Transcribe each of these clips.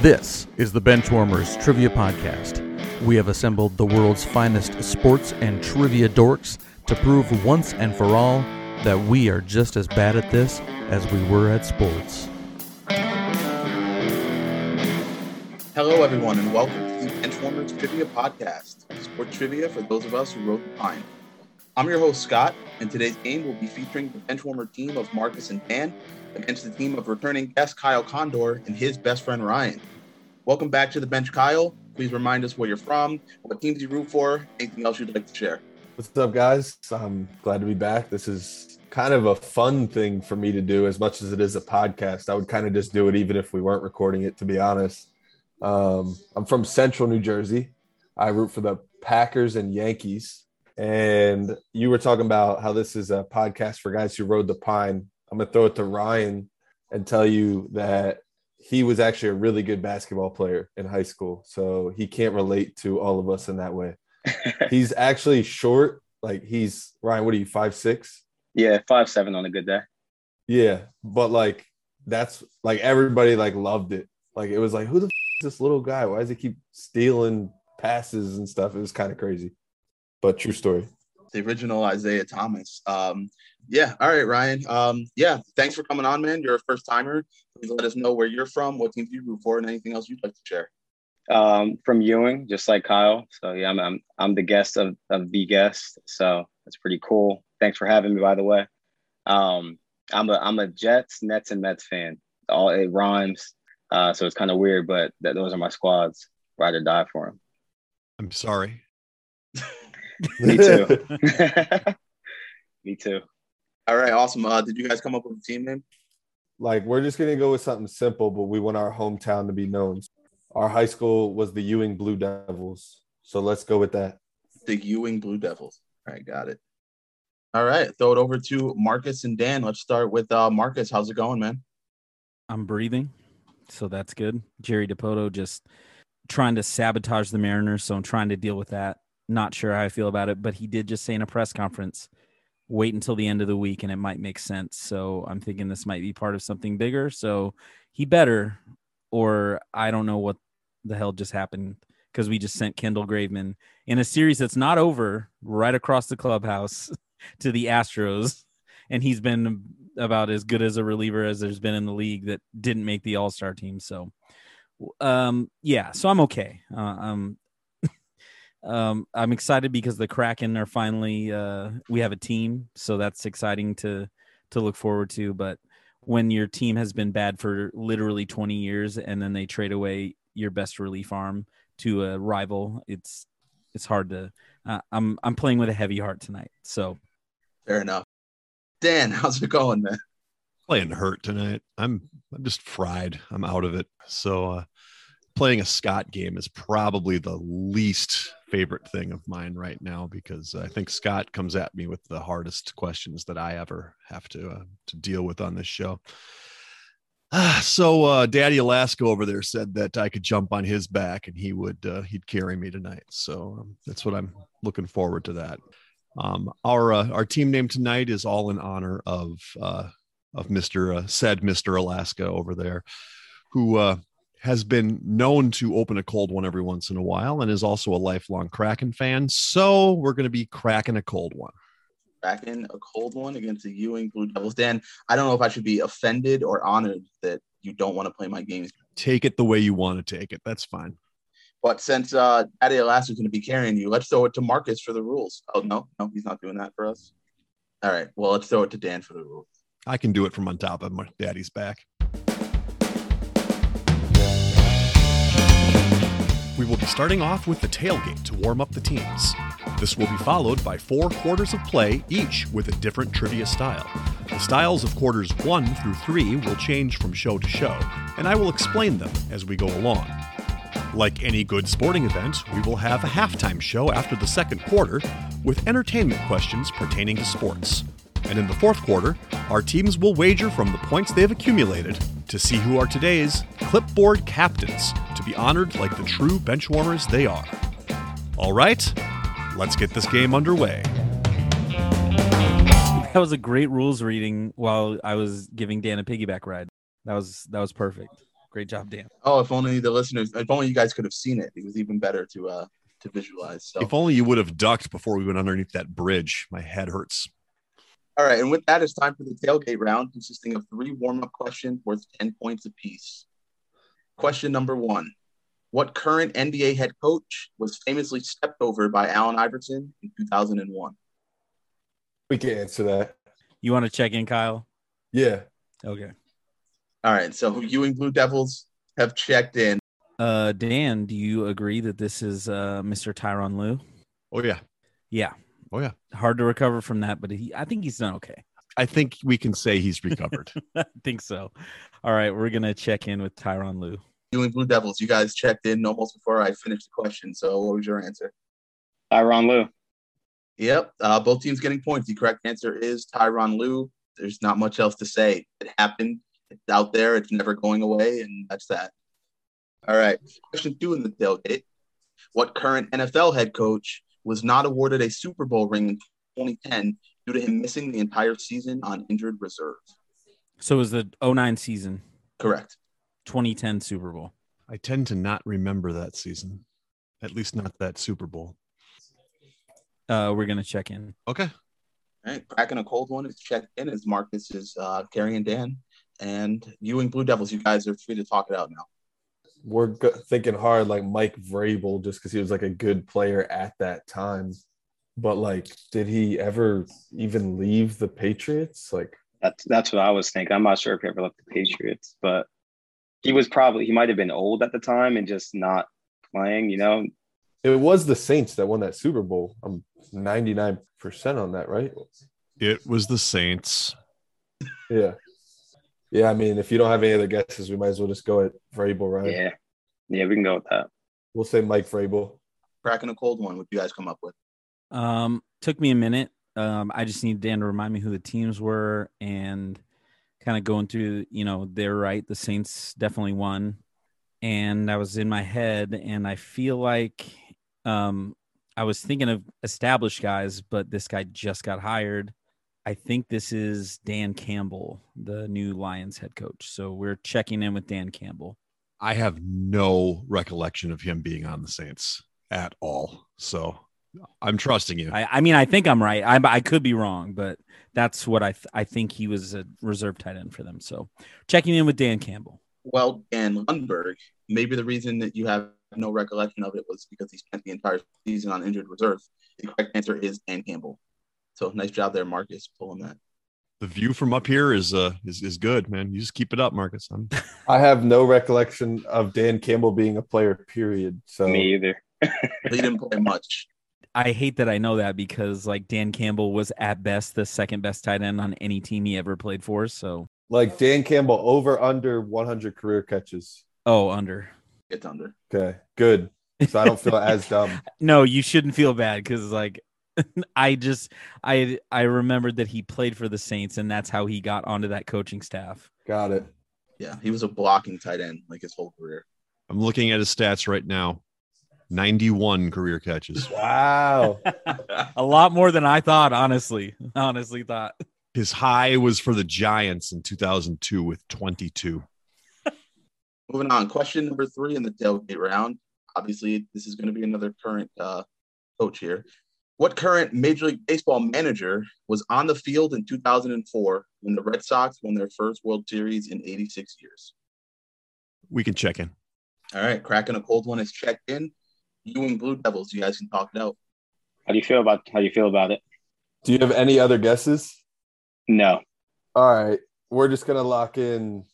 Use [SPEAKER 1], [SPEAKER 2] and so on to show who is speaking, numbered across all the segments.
[SPEAKER 1] This is the Benchwarmers Trivia Podcast. We have assembled the world's finest sports and trivia dorks to prove once and for all that we are just as bad at this as we were at sports.
[SPEAKER 2] Hello, everyone, and welcome to the Benchwarmers Trivia Podcast, sport trivia for those of us who rode the pine. I'm your host, Scott, and today's game will be featuring the Benchwarmer team of Marcus and Dan against the team of returning guest Kyle Condor and his best friend Ryan. Welcome back to the bench, Kyle. Please remind us where you're from, what teams you root for, anything else you'd like to share.
[SPEAKER 3] What's up, guys? I'm glad to be back. This is kind of a fun thing for me to do as much as it is a podcast. I would kind of just do it even if we weren't recording it, to be honest. Um, I'm from central New Jersey. I root for the Packers and Yankees. And you were talking about how this is a podcast for guys who rode the pine. I'm going to throw it to Ryan and tell you that he was actually a really good basketball player in high school. So he can't relate to all of us in that way. he's actually short. Like he's Ryan, what are you, five six?
[SPEAKER 4] Yeah, five seven on a good day.
[SPEAKER 3] Yeah. But like that's like everybody like loved it. Like it was like, who the f- is this little guy? Why does he keep stealing passes and stuff? It was kind of crazy. But true story.
[SPEAKER 2] The original Isaiah Thomas. Um, yeah, all right, Ryan. Um, yeah, thanks for coming on, man. You're a first timer. Please let us know where you're from, what teams you root for, and anything else you'd like to share.
[SPEAKER 4] Um, from Ewing, just like Kyle. So yeah, I'm I'm, I'm the guest of, of the guest. So that's pretty cool. Thanks for having me, by the way. Um, I'm a I'm a Jets, Nets, and Mets fan. All it rhymes. Uh, so it's kind of weird, but that those are my squads. Ride or die for
[SPEAKER 5] I'm sorry.
[SPEAKER 4] them. Me too. me too.
[SPEAKER 2] All right, awesome. Uh, did you guys come up with a team name?
[SPEAKER 3] like we're just gonna go with something simple, but we want our hometown to be known. Our high school was the Ewing Blue Devils, so let's go with that.
[SPEAKER 2] The Ewing Blue Devils. All right, got it. All right, throw it over to Marcus and Dan. Let's start with uh, Marcus. How's it going, man?
[SPEAKER 6] I'm breathing, so that's good. Jerry Depoto just trying to sabotage the Mariners, so I'm trying to deal with that. Not sure how I feel about it, but he did just say in a press conference, wait until the end of the week and it might make sense. So I'm thinking this might be part of something bigger. So he better, or I don't know what the hell just happened because we just sent Kendall Graveman in a series that's not over right across the clubhouse to the Astros. And he's been about as good as a reliever as there's been in the league that didn't make the All Star team. So, um, yeah, so I'm okay. Uh, um, um, I'm excited because the Kraken are finally uh, we have a team, so that's exciting to to look forward to. But when your team has been bad for literally 20 years and then they trade away your best relief arm to a rival, it's it's hard to. Uh, I'm I'm playing with a heavy heart tonight, so
[SPEAKER 2] Fair enough. Dan, how's it going, man?
[SPEAKER 5] Playing hurt tonight. I'm I'm just fried. I'm out of it. So uh, playing a Scott game is probably the least favorite thing of mine right now because I think Scott comes at me with the hardest questions that I ever have to uh, to deal with on this show. Ah, so uh, Daddy Alaska over there said that I could jump on his back and he would uh, he'd carry me tonight. So um, that's what I'm looking forward to that. Um, our uh, our team name tonight is all in honor of uh, of Mr. Uh, said Mr. Alaska over there, who uh, has been known to open a cold one every once in a while and is also a lifelong Kraken fan. So we're going to be cracking a cold one.
[SPEAKER 2] Back in a cold one against the Ewing Blue Devils. Dan, I don't know if I should be offended or honored that you don't want to play my games.
[SPEAKER 5] Take it the way you want to take it. That's fine.
[SPEAKER 2] But since uh, Daddy Alaska's going to be carrying you, let's throw it to Marcus for the rules. Oh, no, no, he's not doing that for us. All right, well, let's throw it to Dan for the rules.
[SPEAKER 5] I can do it from on top of my daddy's back. We will be starting off with the tailgate to warm up the teams. This will be followed by four quarters of play, each with a different trivia style. The styles of quarters one through three will change from show to show, and I will explain them as we go along. Like any good sporting event, we will have a halftime show after the second quarter with entertainment questions pertaining to sports. And in the fourth quarter, our teams will wager from the points they've accumulated to see who are today's clipboard captains to be honored like the true benchwarmers they are. All right, let's get this game underway.
[SPEAKER 6] that was a great rules reading while I was giving Dan a piggyback ride. That was that was perfect. Great job, Dan.
[SPEAKER 2] Oh, if only the listeners, if only you guys could have seen it. It was even better to uh to visualize. So,
[SPEAKER 5] If only you would have ducked before we went underneath that bridge. My head hurts.
[SPEAKER 2] all right, and with that, it's time for the tailgate round, consisting of three warm-up questions worth ten points apiece. Question number one: What current NBA head coach was famously stepped over by Allen Iverson in 2001?
[SPEAKER 3] We can answer that.
[SPEAKER 6] You want to check in, Kyle?
[SPEAKER 3] Yeah.
[SPEAKER 6] Okay.
[SPEAKER 2] All right, so Ewing Blue Devils have checked in.
[SPEAKER 6] Uh, Dan, do you agree that this is uh, Mr. Tyron Lue?
[SPEAKER 5] Oh yeah.
[SPEAKER 6] Yeah.
[SPEAKER 5] Oh yeah.
[SPEAKER 6] Hard to recover from that, but he, I think he's done okay.
[SPEAKER 5] I think we can say he's recovered.
[SPEAKER 6] I think so. All right, we're gonna check in with Tyron Lue.
[SPEAKER 2] Ewing Blue Devils, you guys checked in almost before I finished the question. So, what was your answer?
[SPEAKER 4] Tyron Lou.
[SPEAKER 2] Yep. Uh, both teams getting points. The correct answer is Tyron Lou. There's not much else to say. It happened. It's out there. It's never going away. And that's that. All right. Question two in the tailgate What current NFL head coach was not awarded a Super Bowl ring in 2010 due to him missing the entire season on injured reserve?
[SPEAKER 6] So it was the 09 season,
[SPEAKER 2] Correct.
[SPEAKER 6] 2010 Super Bowl.
[SPEAKER 5] I tend to not remember that season, at least not that Super Bowl.
[SPEAKER 6] Uh, we're gonna check in.
[SPEAKER 5] Okay.
[SPEAKER 2] All right. Cracking a cold one is checked in as Marcus is uh, carrying Dan. And Ewing Blue Devils, you guys are free to talk it out now.
[SPEAKER 3] We're go- thinking hard like Mike Vrabel just because he was like a good player at that time. But like, did he ever even leave the Patriots? Like,
[SPEAKER 4] That's that's what I was thinking. I'm not sure if he ever left the Patriots, but he was probably he might have been old at the time and just not playing. You know,
[SPEAKER 3] it was the Saints that won that Super Bowl. I'm 99% on that, right?
[SPEAKER 5] It was the Saints.
[SPEAKER 3] Yeah. Yeah. I mean, if you don't have any other guesses, we might as well just go at Vrabel, right?
[SPEAKER 4] yeah, yeah, we can go with that.
[SPEAKER 3] We'll say Mike Vrabel.
[SPEAKER 2] cracking a cold one. What you guys come up with?
[SPEAKER 6] Um, took me a minute. Um, I just need Dan to remind me who the teams were and kind of going through, you know, they're right. The Saints definitely won. And I was in my head and I feel like um I was thinking of established guys, but this guy just got hired. I think this is Dan Campbell, the new Lions head coach. So we're checking in with Dan Campbell.
[SPEAKER 5] I have no recollection of him being on the Saints at all. So I'm trusting you.
[SPEAKER 6] I, I mean, I think I'm right. I, I could be wrong, but that's what I th- I think he was a reserve tight end for them. So checking in with Dan Campbell.
[SPEAKER 2] Well, Dan Lundberg, maybe the reason that you have no recollection of it was because he spent the entire season on injured reserve. The correct answer is Dan Campbell. So nice job there, Marcus, pulling that.
[SPEAKER 5] the view from up here is uh is, is good, man. You just keep it up, Marcus. I'm,
[SPEAKER 3] I have no recollection of Dan Campbell being a player, period. So
[SPEAKER 4] Me either.
[SPEAKER 2] But he didn't play much.
[SPEAKER 6] I hate that I know that because like Dan Campbell was at best the second best tight end on any team he ever played for. So
[SPEAKER 3] like Dan Campbell over under 100 career catches.
[SPEAKER 6] oh, under.
[SPEAKER 2] It's under.
[SPEAKER 3] Okay, good. So I don't feel as dumb.
[SPEAKER 6] No, you shouldn't feel bad because like I just I I remembered that he played for the Saints and that's how he got onto that coaching staff.
[SPEAKER 3] Got it.
[SPEAKER 2] Yeah, he was a blocking tight end like his whole career.
[SPEAKER 5] I'm looking at his stats right now. 91 career catches.
[SPEAKER 3] Wow.
[SPEAKER 6] a lot more than I thought, honestly. Honestly thought.
[SPEAKER 5] His high was for the Giants in 2002 with 22.
[SPEAKER 2] Moving on, question number three in the tailgate round. Obviously, this is going to be another current uh, coach here. What current Major League Baseball manager was on the field in 2004 when the Red Sox won their first World Series in 86 years?
[SPEAKER 5] We can check in.
[SPEAKER 2] All right, cracking a cold one is checked in. Ewing Blue Devils, you guys can talk it out.
[SPEAKER 4] How do you feel about how do you feel about it?
[SPEAKER 3] Do you have any other guesses?
[SPEAKER 4] No,
[SPEAKER 3] All right. We're just going to lock in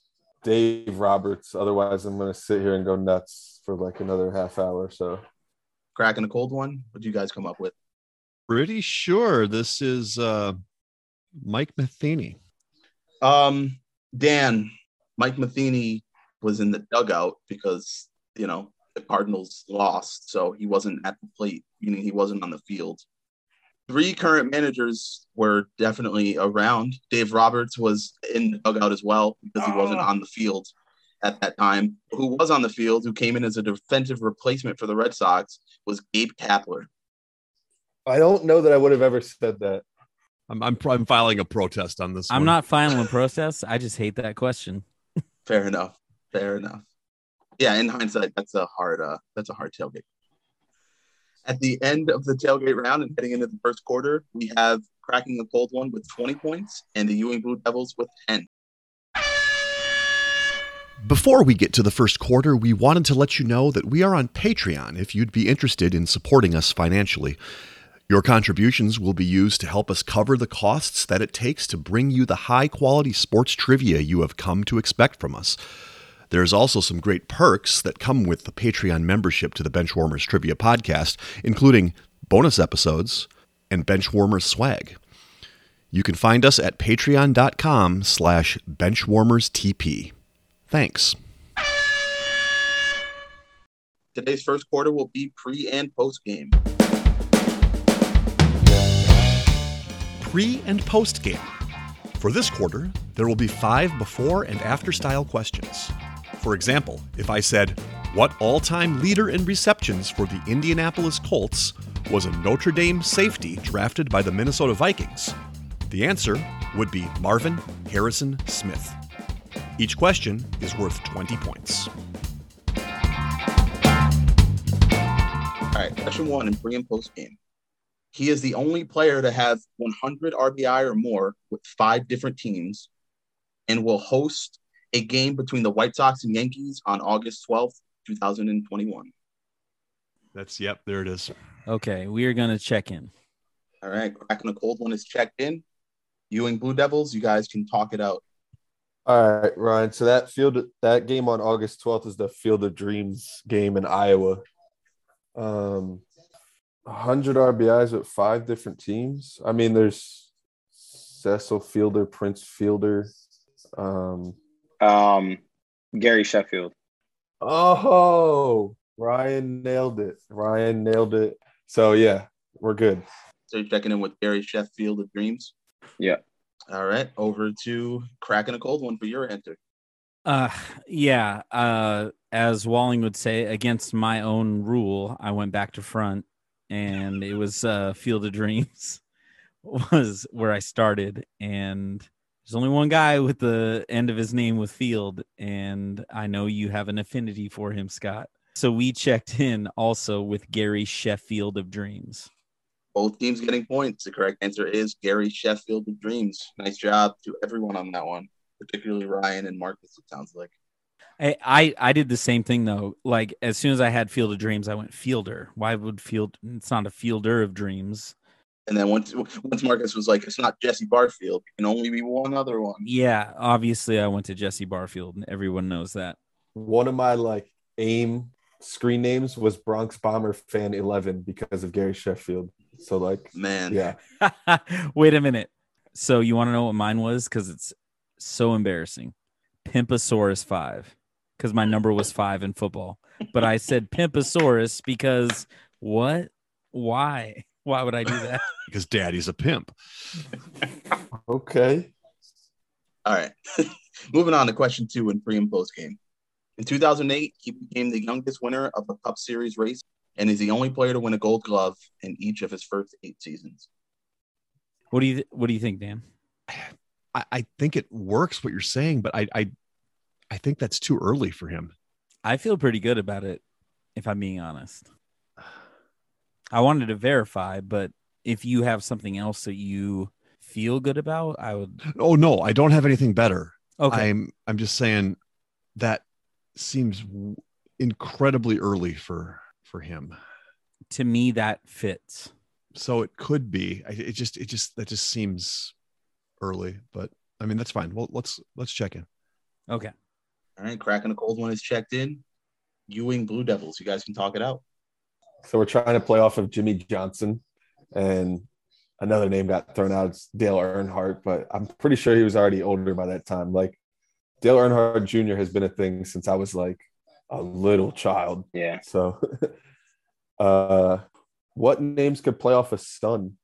[SPEAKER 3] Dave Roberts. Otherwise, I'm going to sit here and go nuts for like another half hour. or So
[SPEAKER 2] Cracking a cold one, what do you guys come up with?
[SPEAKER 5] Pretty sure this is uh Mike Matheny.
[SPEAKER 2] Um, Dan, Mike Matheny was in the dugout because, you know, the Cardinals lost, so he wasn't at the plate, meaning he wasn't on the field. Three current managers were definitely around. Dave Roberts was in the dugout as well because he wasn't on the field at that time. Who was on the field, who came in as a defensive replacement for the Red Sox, was Gabe Kapler.
[SPEAKER 3] I don't know that I would have ever said that.
[SPEAKER 5] I'm I'm, I'm filing a protest on this.
[SPEAKER 6] I'm
[SPEAKER 5] one.
[SPEAKER 6] not final in process. I just hate that question.
[SPEAKER 2] Fair enough. Fair enough. yeah, in hindsight, that's a hard uh, that's a hard tailgate. At the end of the tailgate round and heading into the first quarter, we have cracking the cold one with 20 points and the Ewing Blue Devils with 10.
[SPEAKER 5] Before we get to the first quarter, we wanted to let you know that we are on Patreon if you'd be interested in supporting us financially. Your contributions will be used to help us cover the costs that it takes to bring you the high quality sports trivia you have come to expect from us. There's also some great perks that come with the Patreon membership to the Benchwarmers Trivia Podcast, including bonus episodes and Benchwarmers swag. You can find us at patreon.com slash benchwarmerstp. Thanks.
[SPEAKER 2] Today's first quarter will be pre and post game.
[SPEAKER 5] pre and post game. For this quarter, there will be five before and after style questions. For example, if I said, What all time leader in receptions for the Indianapolis Colts was a Notre Dame safety drafted by the Minnesota Vikings? The answer would be Marvin Harrison Smith. Each question is worth 20 points.
[SPEAKER 2] All right, question one in pre and post game. He is the only player to have 100 RBI or more with five different teams and will host a game between the White Sox and Yankees on August 12th, 2021.
[SPEAKER 5] That's, yep, there it is.
[SPEAKER 6] Okay, we are gonna check in.
[SPEAKER 2] All right, cracking a cold one is checked in. Ewing Blue Devils, you guys can talk it out.
[SPEAKER 3] All right, Ryan. So that field that game on August 12th is the Field of Dreams game in Iowa. Um 100 RBIs with five different teams. I mean, there's Cecil Fielder, Prince Fielder. Um,
[SPEAKER 4] Um, Gary Sheffield.
[SPEAKER 3] oh, Ryan nailed it. Ryan nailed it. So, yeah, we're good.
[SPEAKER 2] So you're checking in with Gary Sheffield of Dreams.
[SPEAKER 4] Yeah.
[SPEAKER 2] All right, over to cracking a cold one for your answer.
[SPEAKER 6] Uh yeah, uh as Walling would say, against my own rule, I went back to front and it was uh Field of Dreams was where I started and there's only one guy with the end of his name with Field and I know you have an affinity for him, Scott. So we checked in also with Gary Sheffield of Dreams.
[SPEAKER 2] Both teams getting points. The correct answer is Gary Sheffield of Dreams. Nice job to everyone on that one, particularly Ryan and Marcus, it sounds like.
[SPEAKER 6] I, I I did the same thing though. Like as soon as I had Field of Dreams, I went Fielder. Why would Field? It's not a Fielder of Dreams.
[SPEAKER 2] And then once once Marcus was like, it's not Jesse Barfield, it can only be one other one.
[SPEAKER 6] Yeah, obviously I went to Jesse Barfield, and everyone knows that.
[SPEAKER 3] One of my like aim screen names was Bronx Bomber Fan 11 because of Gary Sheffield. So, like,
[SPEAKER 2] Man.
[SPEAKER 3] yeah,
[SPEAKER 6] Wait a minute. So you want to know what mine was? Because it's so embarrassing. Pimpasaurus five, because my number was five in football, but I said Pimpasaurus because what? Why? Why would I do that?
[SPEAKER 5] Because daddy's a pimp.
[SPEAKER 3] okay.
[SPEAKER 2] All right. Moving on to question two in pre and post game. In 2008, he became the youngest winner of a Cup Series race and is the only player to win a gold glove in each of his first eight seasons.
[SPEAKER 6] What do you What do you think, Dan?
[SPEAKER 5] I, I think it works what you're saying, but I, I I think that's too early for him.
[SPEAKER 6] I feel pretty good about it, if I'm being honest. I wanted to verify, but if you have something else that you feel good about, I would.
[SPEAKER 5] Oh no, I don't have anything better.
[SPEAKER 6] Okay.
[SPEAKER 5] I'm I'm just saying that seems w- incredibly early for for him.
[SPEAKER 6] to me, that fits.
[SPEAKER 5] So it could be. I, it just it just that just seems early, but I mean that's fine. Well, let's let's check in.
[SPEAKER 6] Okay.
[SPEAKER 2] All right. Cracking a cold one is checked in. Ewing Blue Devils. You guys can talk it out.
[SPEAKER 3] So we're trying to play off of Jimmy Johnson, and another name got thrown out. It's Dale Earnhardt, but I'm pretty sure he was already older by that time. Like Dale Earnhardt Jr. has been a thing since I was like a little child.
[SPEAKER 4] Yeah.
[SPEAKER 3] So, uh, what names could play off a son?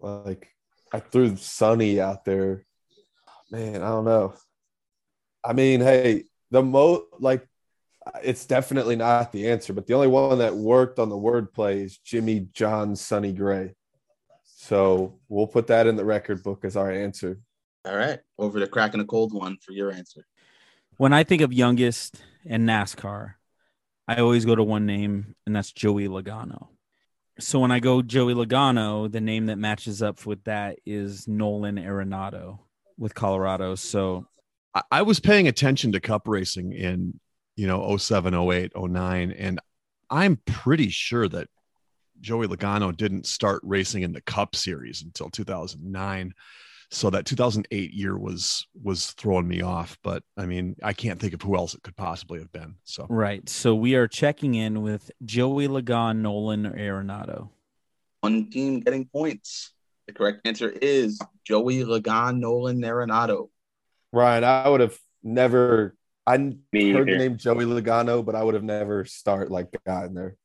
[SPEAKER 3] Like I threw Sonny out there. Man, I don't know. I mean, hey, the mo like it's definitely not the answer, but the only one that worked on the wordplay is Jimmy John Sonny Gray. So we'll put that in the record book as our answer.
[SPEAKER 2] All right. Over to cracking a cold one for your answer.
[SPEAKER 6] When I think of youngest and NASCAR, I always go to one name, and that's Joey Logano. So when I go Joey Logano, the name that matches up with that is Nolan Arenado with Colorado. So
[SPEAKER 5] I, I was paying attention to cup racing in, you know, 07, 08, 09, and I'm pretty sure that Joey Logano didn't start racing in the Cup Series until 2009. So that 2008 year was was throwing me off, but I mean, I can't think of who else it could possibly have been. So
[SPEAKER 6] right, so we are checking in with Joey Logano, Nolan Arenado.
[SPEAKER 2] One team getting points. The correct answer is Joey Lagan Nolan Arenado.
[SPEAKER 3] Ryan, I would have never. I
[SPEAKER 4] Me
[SPEAKER 3] heard the
[SPEAKER 4] either.
[SPEAKER 3] name Joey Logano, but I would have never start like gotten there.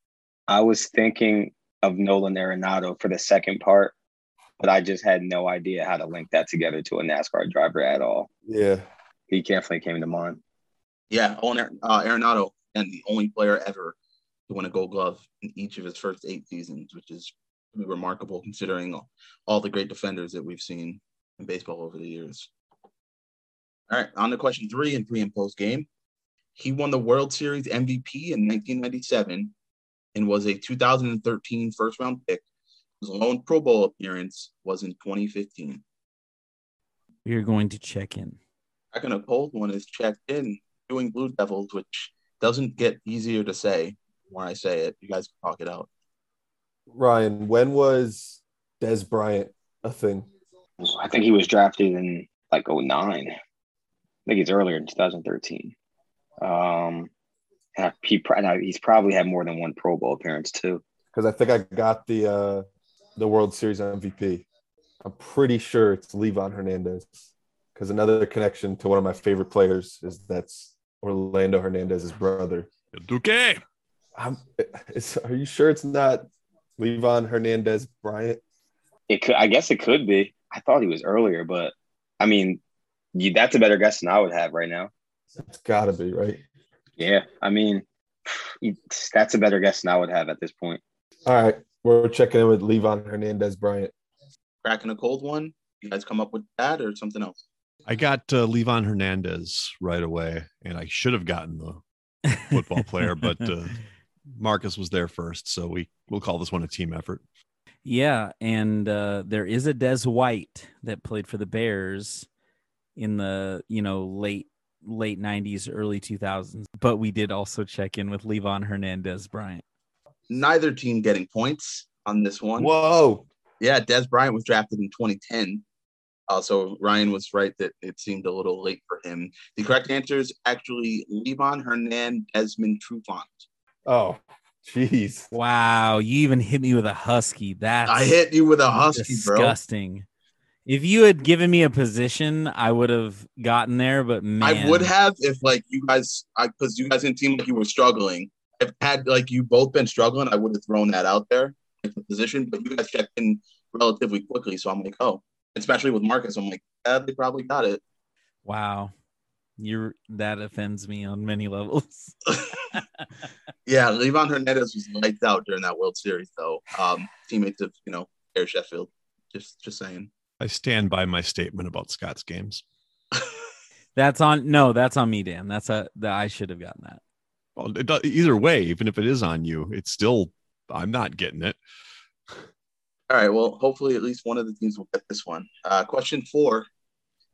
[SPEAKER 4] I was thinking of Nolan Arenado for the second part, but I just had no idea how to link that together to a NASCAR driver at all.
[SPEAKER 3] Yeah,
[SPEAKER 4] He definitely came to mind.
[SPEAKER 2] Yeah, Owen uh, Arenado, and the only player ever to win a Gold Glove in each of his first eight seasons, which is pretty remarkable considering all, all the great defenders that we've seen in baseball over the years. All right, on to question three and three in post game. He won the World Series MVP in 1997 and was a 2013 first round pick. His lone Pro Bowl appearance was in 2015.
[SPEAKER 6] We are going to check in.
[SPEAKER 2] Second, a cold one is checked in doing Blue Devils, which doesn't get easier to say when I say it. You guys can talk it out.
[SPEAKER 3] Ryan, when was Des Bryant a thing?
[SPEAKER 4] I think he was drafted in like 09. I think he's earlier in 2013. Um, and I- he, pro- and I- he's probably had more than one Pro Bowl appearance too.
[SPEAKER 3] Because I think I got the uh, the World Series MVP. I'm pretty sure it's Levon Hernandez. Because another connection to one of my favorite players is that's Orlando Hernandez's brother.
[SPEAKER 5] Duque.
[SPEAKER 3] I'm, it's, are you sure it's not Levon Hernandez Bryant?
[SPEAKER 4] It could, I guess, it could be. I thought he was earlier, but I mean, you, that's a better guess than I would have right now.
[SPEAKER 3] It's got to be right.
[SPEAKER 4] Yeah, I mean, that's a better guess than I would have at this point.
[SPEAKER 3] All right, we're checking in with Levon Hernandez Bryant.
[SPEAKER 2] Cracking a cold one. You guys come up with that or something else.
[SPEAKER 5] I got uh, Levon Hernandez right away, and I should have gotten the Football player, but, uh, Marcus was there first, so we we'll call this one a team effort.
[SPEAKER 6] yeah, and uh, there is a Des White that played for the Bears in the you know late late '90s, early 2000s. But we did also check in with Levon Hernandez Bryant.
[SPEAKER 2] Neither team getting points on this one.
[SPEAKER 3] Whoa,
[SPEAKER 2] Yeah, Des Bryant was drafted in 2010. Uh, so Ryan was right that it seemed a little late for him. The correct answer is actually Levon Hernan Desmond Trufant.
[SPEAKER 3] oh, jeez.
[SPEAKER 6] Wow, you even hit me with a husky. That's
[SPEAKER 2] I hit you with a husky, bro.
[SPEAKER 6] disgusting. If you had given me a position, I would have gotten there. But man,
[SPEAKER 2] I would have if like you guys, because you guys didn't seem like you were struggling. If had like you both been struggling, I would have thrown that out there like the position. But you guys checked in relatively quickly, so I'm like, oh, especially with Marcus, I'm like, yeah, they probably got it.
[SPEAKER 6] Wow. You're that offends me on many levels.
[SPEAKER 2] Yeah, Levon Hernandez was lights out during that World Series, though. Um, teammates of you know Air Sheffield. Just just saying.
[SPEAKER 5] I stand by my statement about Scott's games.
[SPEAKER 6] That's on no, that's on me, Dan. That's a that I should have gotten that.
[SPEAKER 5] Well, it, do- either way, even if it is on you, it's still I'm not getting it.
[SPEAKER 2] All right. Well, hopefully at least one of the teams will get this one. Uh, question four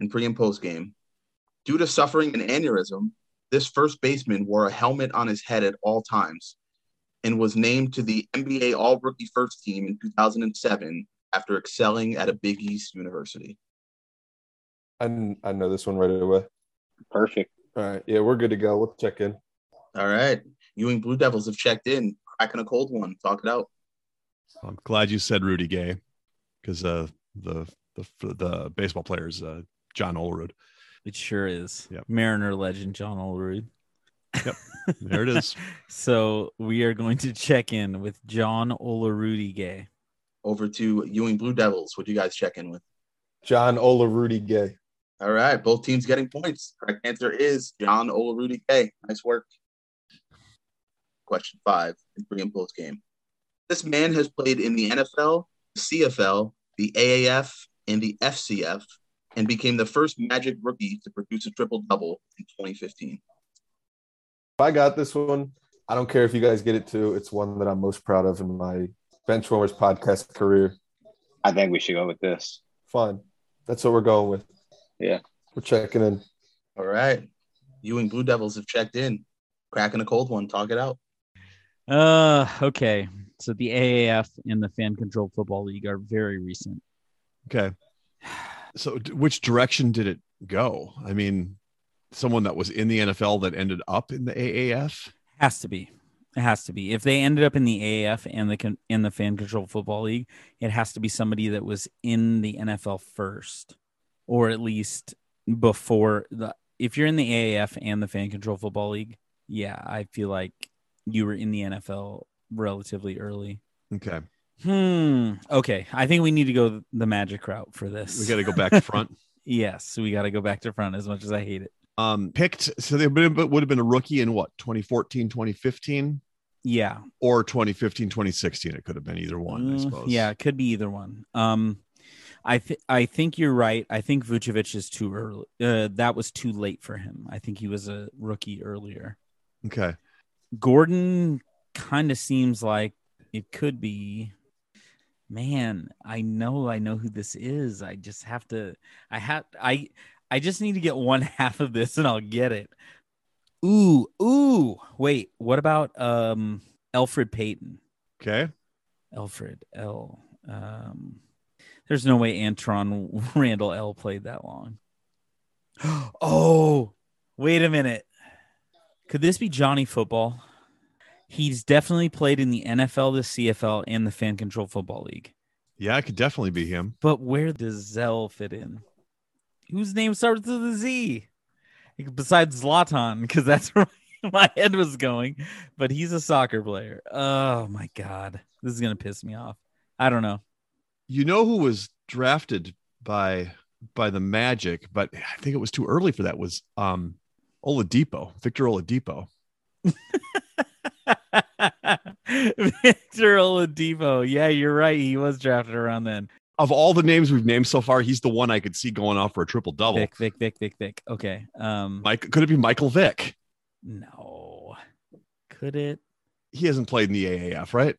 [SPEAKER 2] in pre and post game. Due to suffering an aneurysm, this first baseman wore a helmet on his head at all times and was named to the NBA All Rookie First Team in 2007 after excelling at a Big East university.
[SPEAKER 3] I, kn- I know this one right away.
[SPEAKER 4] Perfect.
[SPEAKER 3] All right, yeah, we're good to go. We'll check in.
[SPEAKER 2] All right. Ewing Blue Devils have checked in, cracking a cold one. Talk it out.
[SPEAKER 5] I'm glad you said Rudy Gay because uh, the the the baseball player is uh, John Olrud.
[SPEAKER 6] It sure is.
[SPEAKER 5] Yep.
[SPEAKER 6] Mariner legend John Olrud.
[SPEAKER 5] There it is.
[SPEAKER 6] So we are going to check in with John Olerudi Gay.
[SPEAKER 2] Over to Ewing Blue Devils. What do you guys check in with?
[SPEAKER 3] John Ola Rudy Gay.
[SPEAKER 2] All right. Both teams getting points. Correct answer is John Olerudi K. Nice work. Question five in pre and post game. This man has played in the NFL, the CFL, the AAF, and the FCF, and became the first Magic rookie to produce a triple double in 2015.
[SPEAKER 3] If I got this one, I don't care if you guys get it too. It's one that I'm most proud of in my Benchwarmers podcast career.
[SPEAKER 4] I think we should go with this.
[SPEAKER 3] Fine. That's what we're going with.
[SPEAKER 4] Yeah.
[SPEAKER 3] We're checking in.
[SPEAKER 2] All right. You and Blue Devils have checked in. Cracking a cold one. Talk it out.
[SPEAKER 6] Uh, okay. So the AAF and the Fan Control Football League are very recent.
[SPEAKER 5] Okay. So, d- which direction did it go? I mean, someone that was in the NFL that ended up in the AAF.
[SPEAKER 6] Has to be. It has to be. If they ended up in the AAF and the con- and the Fan Control Football League, it has to be somebody that was in the NFL first, or at least before the. If you're in the AAF and the Fan Control Football League, yeah, I feel like you were in the NFL relatively early.
[SPEAKER 5] Okay,
[SPEAKER 6] Hmm. Okay, I think we need to go the magic route for this.
[SPEAKER 5] we got to go back to front.
[SPEAKER 6] yes, we got to go back to front. As much as I hate it.
[SPEAKER 5] Um, picked so they would have would have been a rookie in what 2014, 2015,
[SPEAKER 6] Yeah,
[SPEAKER 5] or 2015, 2016. It could have been either one, I
[SPEAKER 6] Mm,
[SPEAKER 5] suppose.
[SPEAKER 6] Yeah, it could be either one. Um, I th- I think you're right. I think Vucevic is too early. Uh, that was too late for him. I think he was a rookie earlier.
[SPEAKER 5] Okay.
[SPEAKER 6] Gordon kind of seems like it could be. Man, I know, I know who this is. I just have to. I have. I. I just need to get one half of this, and I'll get it. Ooh, ooh. Wait, what about um Alfred Payton?
[SPEAKER 5] Okay.
[SPEAKER 6] Alfred L. Um, there's no way Antron Randall L played that long. oh, wait a minute. Could this be Johnny Football? He's definitely played in the NFL, the CFL, and the Fan Control Football League.
[SPEAKER 5] Yeah, it could definitely be him.
[SPEAKER 6] But where does Zell fit in? Whose name starts with a Z? Besides Zlatan, because that's where my head was going. But he's a soccer player. Oh my god, this is gonna piss me off. I don't know.
[SPEAKER 5] You know who was drafted by by the Magic, but I think it was too early for that. Was um Oladipo, Victor Oladipo.
[SPEAKER 6] Victor Oladipo. Yeah, you're right. He was drafted around then.
[SPEAKER 5] Of all the names we've named so far, he's the one I could see going off for a triple double.
[SPEAKER 6] Vic, Vic, Vic, Vic, Vic. Okay. Um,
[SPEAKER 5] Mike, could it be Michael Vick?
[SPEAKER 6] no. Could it?
[SPEAKER 5] He hasn't played in the AAF, right?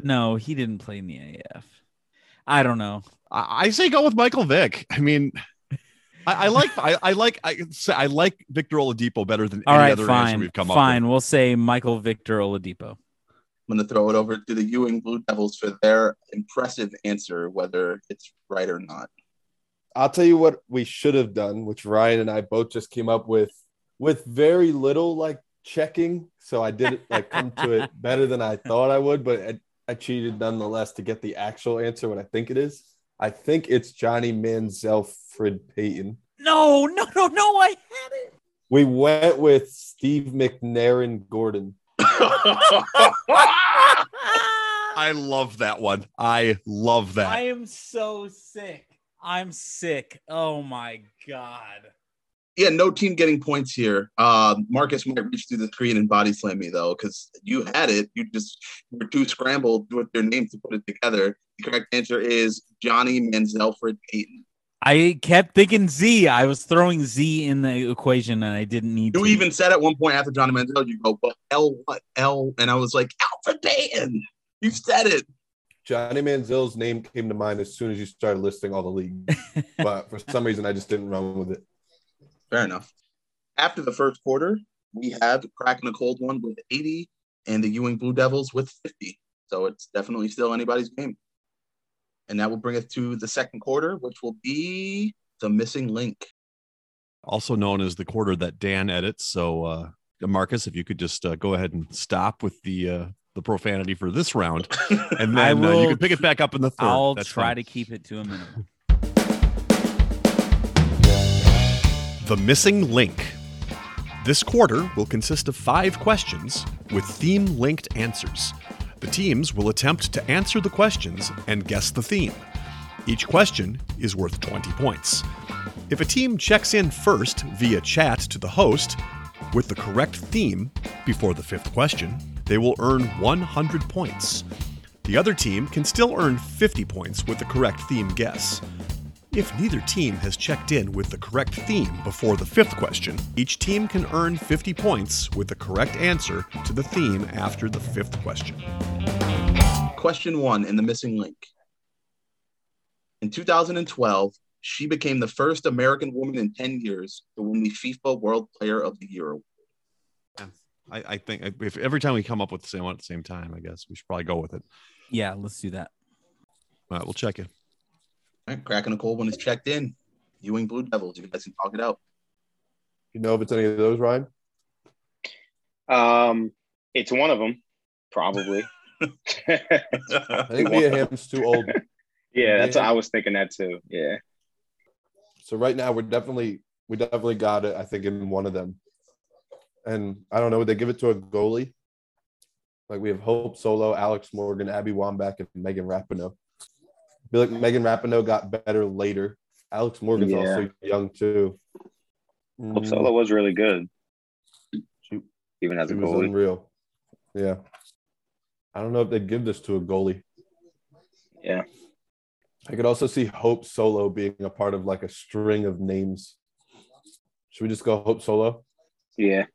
[SPEAKER 6] No, he didn't play in the AAF. I don't know.
[SPEAKER 5] I, I say go with Michael Vick. I mean, I, I like I, I like I say I like Victor Oladipo better than
[SPEAKER 6] All
[SPEAKER 5] any
[SPEAKER 6] right,
[SPEAKER 5] other answer
[SPEAKER 6] fine,
[SPEAKER 5] we've come
[SPEAKER 6] fine.
[SPEAKER 5] up
[SPEAKER 6] We'll say Michael Victor Oladipo.
[SPEAKER 2] I'm going to throw it over to the Ewing Blue Devils for their impressive answer, whether it's right or not.
[SPEAKER 3] I'll tell you what we should have done, which Ryan and I both just came up with, with very little like checking. So I did like come to it better than I thought I would, but I, I cheated nonetheless to get the actual answer. What I think it is, I think it's Johnny Manziel, Fred Payton.
[SPEAKER 6] No, no, no, no. I had it.
[SPEAKER 3] We went with Steve McNair Gordon.
[SPEAKER 5] with. I love that one. I love that.
[SPEAKER 6] Ah, I am so sick. I'm sick. Oh my god.
[SPEAKER 2] yeah, no team getting points here. Uh, Marcus might reach through the screen and body slam me though, because you had it. You just were too scrambled with their names to put it together. The correct answer is Johnny Manzelfred Payton.
[SPEAKER 6] I kept thinking Z. I was throwing Z in the equation, and I didn't need
[SPEAKER 2] You
[SPEAKER 6] to.
[SPEAKER 2] even said at one point after Johnny Manziel, you go, but L what L? And I was like, Alfred Payton. You said it.
[SPEAKER 3] Johnny Manziel's name came to mind as soon as you started listing all the leagues, but for some reason I just didn't run with it.
[SPEAKER 2] Fair enough. After the first quarter, we have cracking a cold one with 80 and the Ewing Blue Devils with 50. So it's definitely still anybody's game. And that will bring us to the second quarter, which will be the missing link.
[SPEAKER 5] also known as the quarter that Dan edits. So, uh, Marcus, if you could just uh, go ahead and stop with the uh, the profanity for this round, and
[SPEAKER 6] I
[SPEAKER 5] then uh, you
[SPEAKER 6] will
[SPEAKER 5] can pick it back up in the 3rd
[SPEAKER 6] I'll
[SPEAKER 5] That's
[SPEAKER 6] try
[SPEAKER 5] fine.
[SPEAKER 6] to keep it to a minimum.
[SPEAKER 5] The Missing Link. This quarter will consist of five questions with theme linked answers. The teams will attempt to answer the questions and guess the theme. Each question is worth 20 points. If a team checks in first via chat to the host with the correct theme before the fifth question, they will earn 100 points. The other team can still earn 50 points with the correct theme guess. If neither team has checked in with the correct theme before the fifth question, each team can earn 50 points with the correct answer to the theme after the fifth question.
[SPEAKER 2] Question one in the missing link. In 2012, she became the first American woman in 10 years to win the FIFA World Player of the Year award.
[SPEAKER 5] I, I think if every time we come up with the same one at the same time, I guess we should probably go with it.
[SPEAKER 6] Yeah, let's do that.
[SPEAKER 5] All right, we'll check in.
[SPEAKER 2] All right, cracking a cold one is checked in. Ewing Blue Devils, you guys can talk it out.
[SPEAKER 3] You know if it's any of those, Ryan?
[SPEAKER 4] Um, it's one of them, probably.
[SPEAKER 3] I think Mia Ham's too old.
[SPEAKER 4] yeah, that's I was thinking that too. Yeah.
[SPEAKER 3] So right now we're definitely we definitely got it. I think in one of them, and I don't know would they give it to a goalie? Like we have Hope Solo, Alex Morgan, Abby Wambach, and Megan Rapinoe. I feel like Megan Rapinoe got better later. Alex Morgan's
[SPEAKER 4] Yeah.
[SPEAKER 3] also young too.
[SPEAKER 4] Hope
[SPEAKER 3] Mm,
[SPEAKER 4] Solo was really good.
[SPEAKER 3] Shoot.
[SPEAKER 4] Even as a
[SPEAKER 3] It was
[SPEAKER 4] goalie.
[SPEAKER 3] unreal. Yeah, I don't know if they'd give this to a goalie.
[SPEAKER 4] Yeah.
[SPEAKER 3] I could also see Hope Solo being a part of like a string of names. Should we just go Hope Solo?
[SPEAKER 4] Yeah.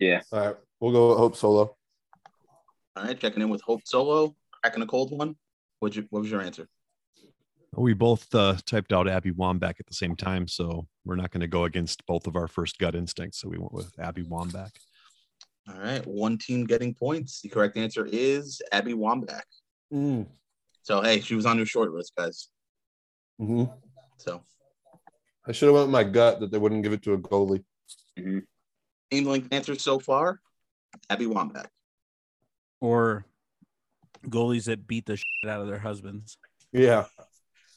[SPEAKER 3] All right, we'll go Hope Solo.
[SPEAKER 2] All right, checking in with Hope Solo, cracking a cold one. What'd you, what was your answer?
[SPEAKER 5] We both uh, typed out Abby Wambach at the same time, so we're not going to go against both of our first gut instincts. So we went with Abby Wambach.
[SPEAKER 2] All right, one team getting points. The correct answer is Abby Wambach.
[SPEAKER 3] Mm.
[SPEAKER 2] So, hey, she was on your short list, guys.
[SPEAKER 3] hmm
[SPEAKER 2] So,
[SPEAKER 3] I should have went with my gut that they wouldn't give it to a goalie.
[SPEAKER 2] team linked answers so far Abby Wambach.
[SPEAKER 6] Or goalies that beat the shit out of their husbands.
[SPEAKER 3] Yeah,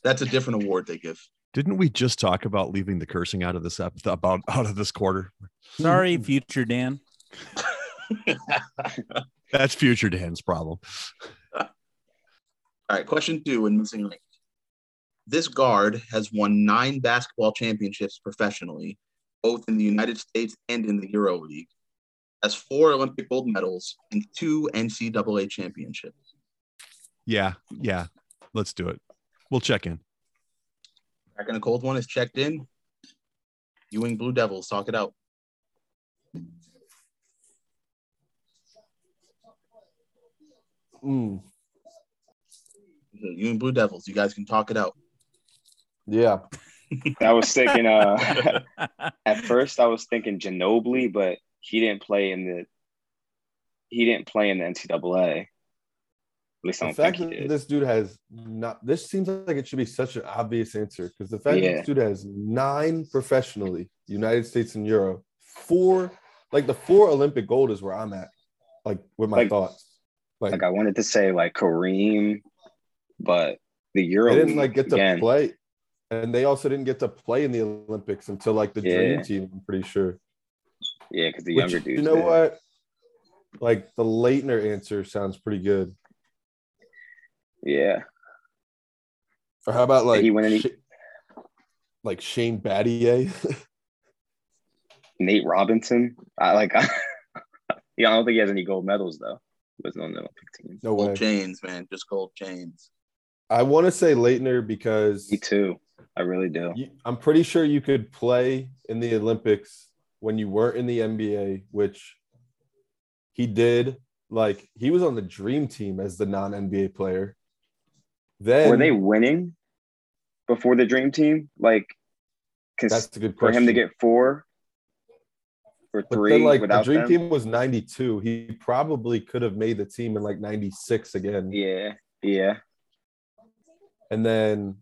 [SPEAKER 2] That's a different award they give.
[SPEAKER 5] Didn't we just talk about leaving the cursing out of this ep- about out of this quarter?
[SPEAKER 6] Sorry, future Dan.
[SPEAKER 5] That's future Dan's problem.
[SPEAKER 2] All right, question two in missing link. This guard has won nine basketball championships professionally, both in the United States and in the Euro League, has four Olympic gold medals and two NCAA championships.
[SPEAKER 5] Yeah, yeah. Let's do it. We'll check in.
[SPEAKER 2] Back in a cold one is checked in. Ewing Blue Devils, talk it out.
[SPEAKER 3] Mm.
[SPEAKER 2] Ewing Blue Devils, you guys can talk it out.
[SPEAKER 3] yeah.
[SPEAKER 4] I was thinking uh at first I was thinking Ginobili, but he didn't play in the he didn't play in the NCAA. At least I
[SPEAKER 3] The
[SPEAKER 4] don't think
[SPEAKER 3] fact
[SPEAKER 4] he
[SPEAKER 3] that
[SPEAKER 4] did.
[SPEAKER 3] this dude has not this seems like it should be such an obvious answer because the fact
[SPEAKER 4] Yeah.
[SPEAKER 3] that this dude has nine professionally, United States and Euro, four like the four Olympic gold is where I'm at, like with my
[SPEAKER 4] Like-
[SPEAKER 3] thoughts. Like,
[SPEAKER 4] Like I wanted to say like Kareem, but the Euro
[SPEAKER 3] they didn't
[SPEAKER 4] League,
[SPEAKER 3] like get to
[SPEAKER 4] again,
[SPEAKER 3] play, and they also didn't get to play in the Olympics until like the
[SPEAKER 4] Yeah.
[SPEAKER 3] dream team. I'm pretty sure.
[SPEAKER 4] Yeah, because the
[SPEAKER 3] Which,
[SPEAKER 4] younger dudes.
[SPEAKER 3] you know
[SPEAKER 4] did.
[SPEAKER 3] what? Like the Leitner answer sounds pretty good.
[SPEAKER 4] Yeah.
[SPEAKER 3] Or how about like
[SPEAKER 4] he win any-
[SPEAKER 3] Sha- like Shane Battier?
[SPEAKER 4] Nate Robinson. I like yeah, I don't think he has any gold medals though. He wasn't on the Olympic team.
[SPEAKER 3] no way.
[SPEAKER 2] Gold chains, man, just gold chains.
[SPEAKER 3] I want to say Leitner because
[SPEAKER 4] Me too. I really do.
[SPEAKER 3] you, I'm pretty sure you could play in the Olympics when you weren't in the NBA, which he did. Like he was on the dream team as the non NBA player. Then
[SPEAKER 4] Were they winning before the dream team? Like 'cause
[SPEAKER 3] that's a good
[SPEAKER 4] for
[SPEAKER 3] question.
[SPEAKER 4] him to get four or
[SPEAKER 3] but
[SPEAKER 4] three
[SPEAKER 3] then, like the
[SPEAKER 4] without
[SPEAKER 3] dream
[SPEAKER 4] them.
[SPEAKER 3] team was 92. He probably could have made the team in like 96 again.
[SPEAKER 4] Yeah. Yeah.
[SPEAKER 3] And then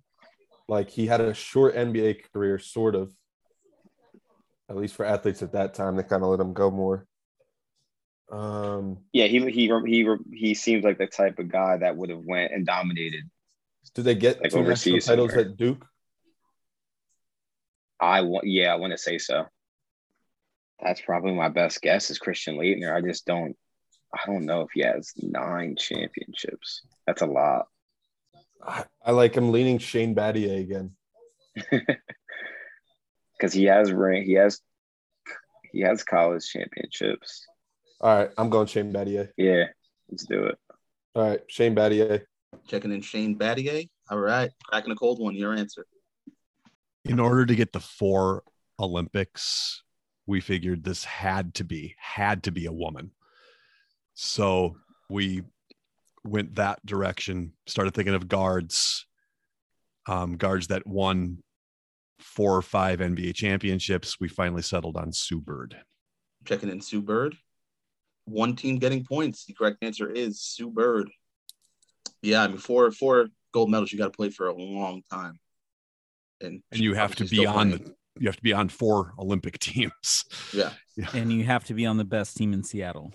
[SPEAKER 3] like he had a short NBA career, sort of. At least for athletes at that time, they kind of let him go more. Um,
[SPEAKER 4] Yeah, he he he he seems like the type of guy that would have went and dominated.
[SPEAKER 3] did they get
[SPEAKER 4] Like
[SPEAKER 3] two national
[SPEAKER 4] overseas
[SPEAKER 3] titles
[SPEAKER 4] somewhere.
[SPEAKER 3] at Duke?
[SPEAKER 4] I want yeah, I want to say so. That's probably my best guess is Christian Leitner. I just don't I don't know if he has nine championships. That's a lot.
[SPEAKER 3] I, I like I'm leaning Shane Battier again.
[SPEAKER 4] Because he has ring he has he has college championships.
[SPEAKER 3] All right, I'm going Shane Battier.
[SPEAKER 4] Yeah, let's do it.
[SPEAKER 3] All right, Shane Battier.
[SPEAKER 2] Checking in Shane Battier. All right, cracking a cold one, your answer.
[SPEAKER 5] in order to get the four Olympics, we figured this had to be had to be a woman. So we went that direction. Started thinking of guards, um, guards that won four or five NBA championships. We finally settled on Sue Bird.
[SPEAKER 2] Checking in Sue Bird. One team getting points. The correct answer is Sue Bird. Yeah, I mean four four gold medals. You got to play for a long time, and,
[SPEAKER 5] And you have to
[SPEAKER 2] obviously
[SPEAKER 5] be
[SPEAKER 2] still
[SPEAKER 5] on
[SPEAKER 2] playing.
[SPEAKER 5] the you have to be on four Olympic teams.
[SPEAKER 2] Yeah.
[SPEAKER 6] and you have to be on the best team in Seattle.